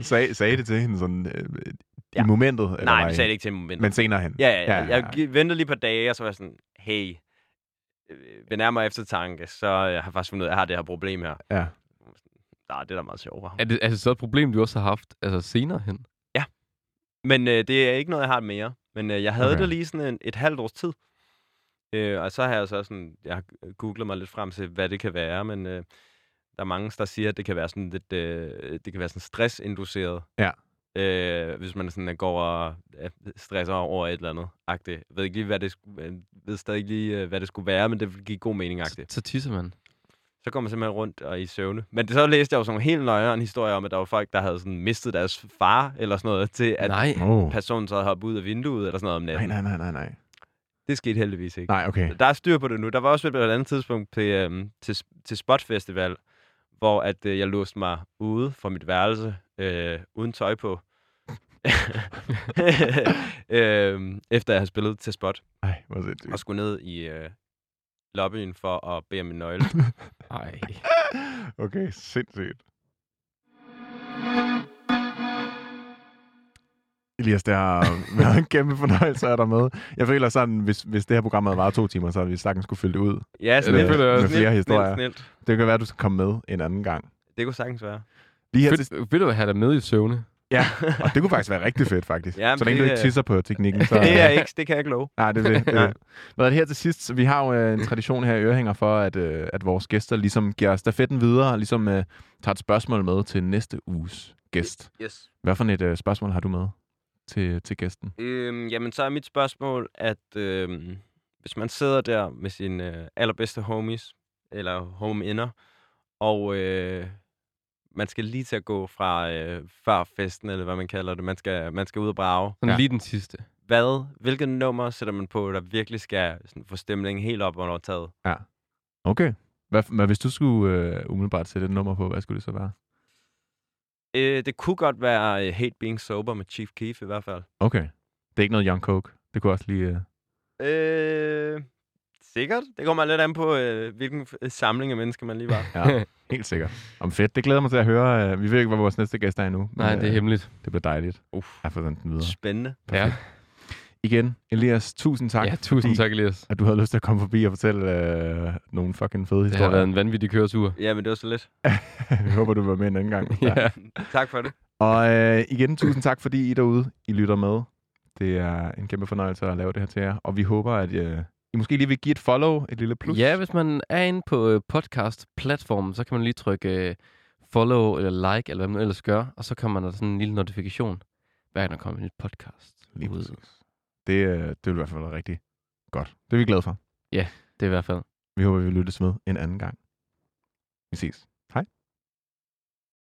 Sag, sagde det til hende sådan, øh, i
Ja.
momentet? Eller
Nej,
var
vi
I-
sagde det ikke til momentet.
Men senere hen?
Ja, ja, ja. Jeg gi- ventede lige et par dage, og så var jeg sådan, hey, øh, ved nærmere eftertanke, så øh, har jeg faktisk fundet ud af, at jeg har det her problem her.
Ja.
Nej, det er da meget sjovere.
Er det, er det så et problem, du også har haft altså senere hen?
Men øh, det er ikke noget, jeg har mere. Men øh, jeg havde
Okay.
okay. det lige sådan en, et halvt års tid. Øh, og så har jeg så sådan, jeg har googlet mig lidt frem til, hvad det kan være, men øh, der er mange, der siger, at det kan være sådan lidt, øh, det kan være sådan stressinduceret.
Ja.
Øh, hvis man sådan går og ja, stresser over et eller andet. -agtigt. Jeg ved ikke lige, hvad det, sku- øh, ved stadig ikke lige, øh, hvad det skulle være, men det gik god mening. -agtigt.
Så, så tisser man.
Så går man simpelthen rundt og i søvne. Men det, så læste jeg jo sådan nogle helt nøjere en historie om, at der var folk, der havde sådan mistet deres far eller sådan noget, til at
Nej.
Oh.
personen så havde hoppet ud af vinduet eller sådan noget om
Nej,
natten.
nej, nej, nej, nej.
Det skete heldigvis ikke.
Nej, okay.
Der er styr på det nu. Der var også på et andet tidspunkt til, øhm, til, til Spot Festival, hvor at, øh, jeg låste mig ude fra mit værelse øh, uden tøj på. øhm, efter jeg havde spillet til Spot
Ej, hvor sindssygt.
og skulle ned i øh, lobbyen for at bede om min nøgle.
Nej.
Okay, sindssygt. Elias, det har været en kæmpe fornøjelse at have dig med. Jeg føler sådan, hvis, hvis det her program havde varet to timer, så havde vi sagtens skulle fylde det ud.
Ja,
det føler jeg også.
Med flere historier.
snilt, snilt.
Det kan være, at du skal komme med en anden gang.
Det kunne sagtens være.
Lige her til,
Fedt, vil du have dig med i søvne?
og det kunne faktisk være rigtig fedt, faktisk.
Jamen,
så længe du
det
ikke
er-
tisser på teknikken, så...
Det, er ikke, det kan jeg ikke love.
Nej, det er det. det, er
Nej.
det. Hvad er det her til sidst? så Vi har jo øh, en tradition her i Ørehænger for, at, øh, at vores gæster ligesom giver stafetten videre og ligesom øh, tager et spørgsmål med til næste uges gæst.
Yes.
Hvad for et øh, spørgsmål har du med til, til gæsten?
Øhm, jamen, så er mit spørgsmål, at øhm, hvis man sidder der med sine øh, allerbedste homies, eller home-inner, og øh, man skal lige til at gå fra øh, før festen, eller hvad man kalder det, man skal, man skal ud og brage.
Sådan
Ja.
ja. lige den sidste.
Hvad, hvilket nummer sætter man på, der virkelig skal sådan, få stemningen helt op under taget?
Okay. Hvad, hvad hvis du skulle øh, umiddelbart sætte et nummer på, hvad skulle det så være?
Øh, det kunne godt være øh, Hate Being Sober med Chief Keef i hvert fald.
Okay. Det er ikke noget Young Coke. Det kunne også lige... Øh...
Øh, sikkert. Det kommer lidt an på, øh, hvilken f- samling af mennesker man lige var.
Ja, helt sikkert. Om fedt. Det glæder mig til at høre. Øh, Vi ved ikke, hvad vores næste gæst er endnu. men,
Nej, det er
øh,
hemmeligt.
Det bliver dejligt.
Uff.
Jeg får sendt den videre.
Spændende.
Ja.
Igen, Elias, tusind tak.
ja, tusind
fordi-
tak, Elias.
at du havde lyst til at komme forbi og fortælle øh, nogle fucking fede
Det har været
historier.
en vanvittig køretur.
Ja, men det var så lidt.
Jeg håber, du var med en anden gang.
Ja.
Tak for det.
Og øh, igen, tusind tak, fordi I derude, I lytter med. Det er en kæmpe fornøjelse at lave det her til jer. Og vi håber, at øh, I måske lige vil give et follow, et lille plus.
Ja, hvis man er inde på øh, podcast-platformen, så kan man lige trykke øh, follow eller like, eller hvad man nu ellers gør, og så kommer der sådan en lille notifikation, hver gang der kommer en ny podcast.
Lige
ud.
præcis. Det, øh, det vil i hvert fald være rigtig godt. Det er vi glade for.
Det er i hvert fald.
Vi håber, vi lyttes med en anden gang. Vi ses.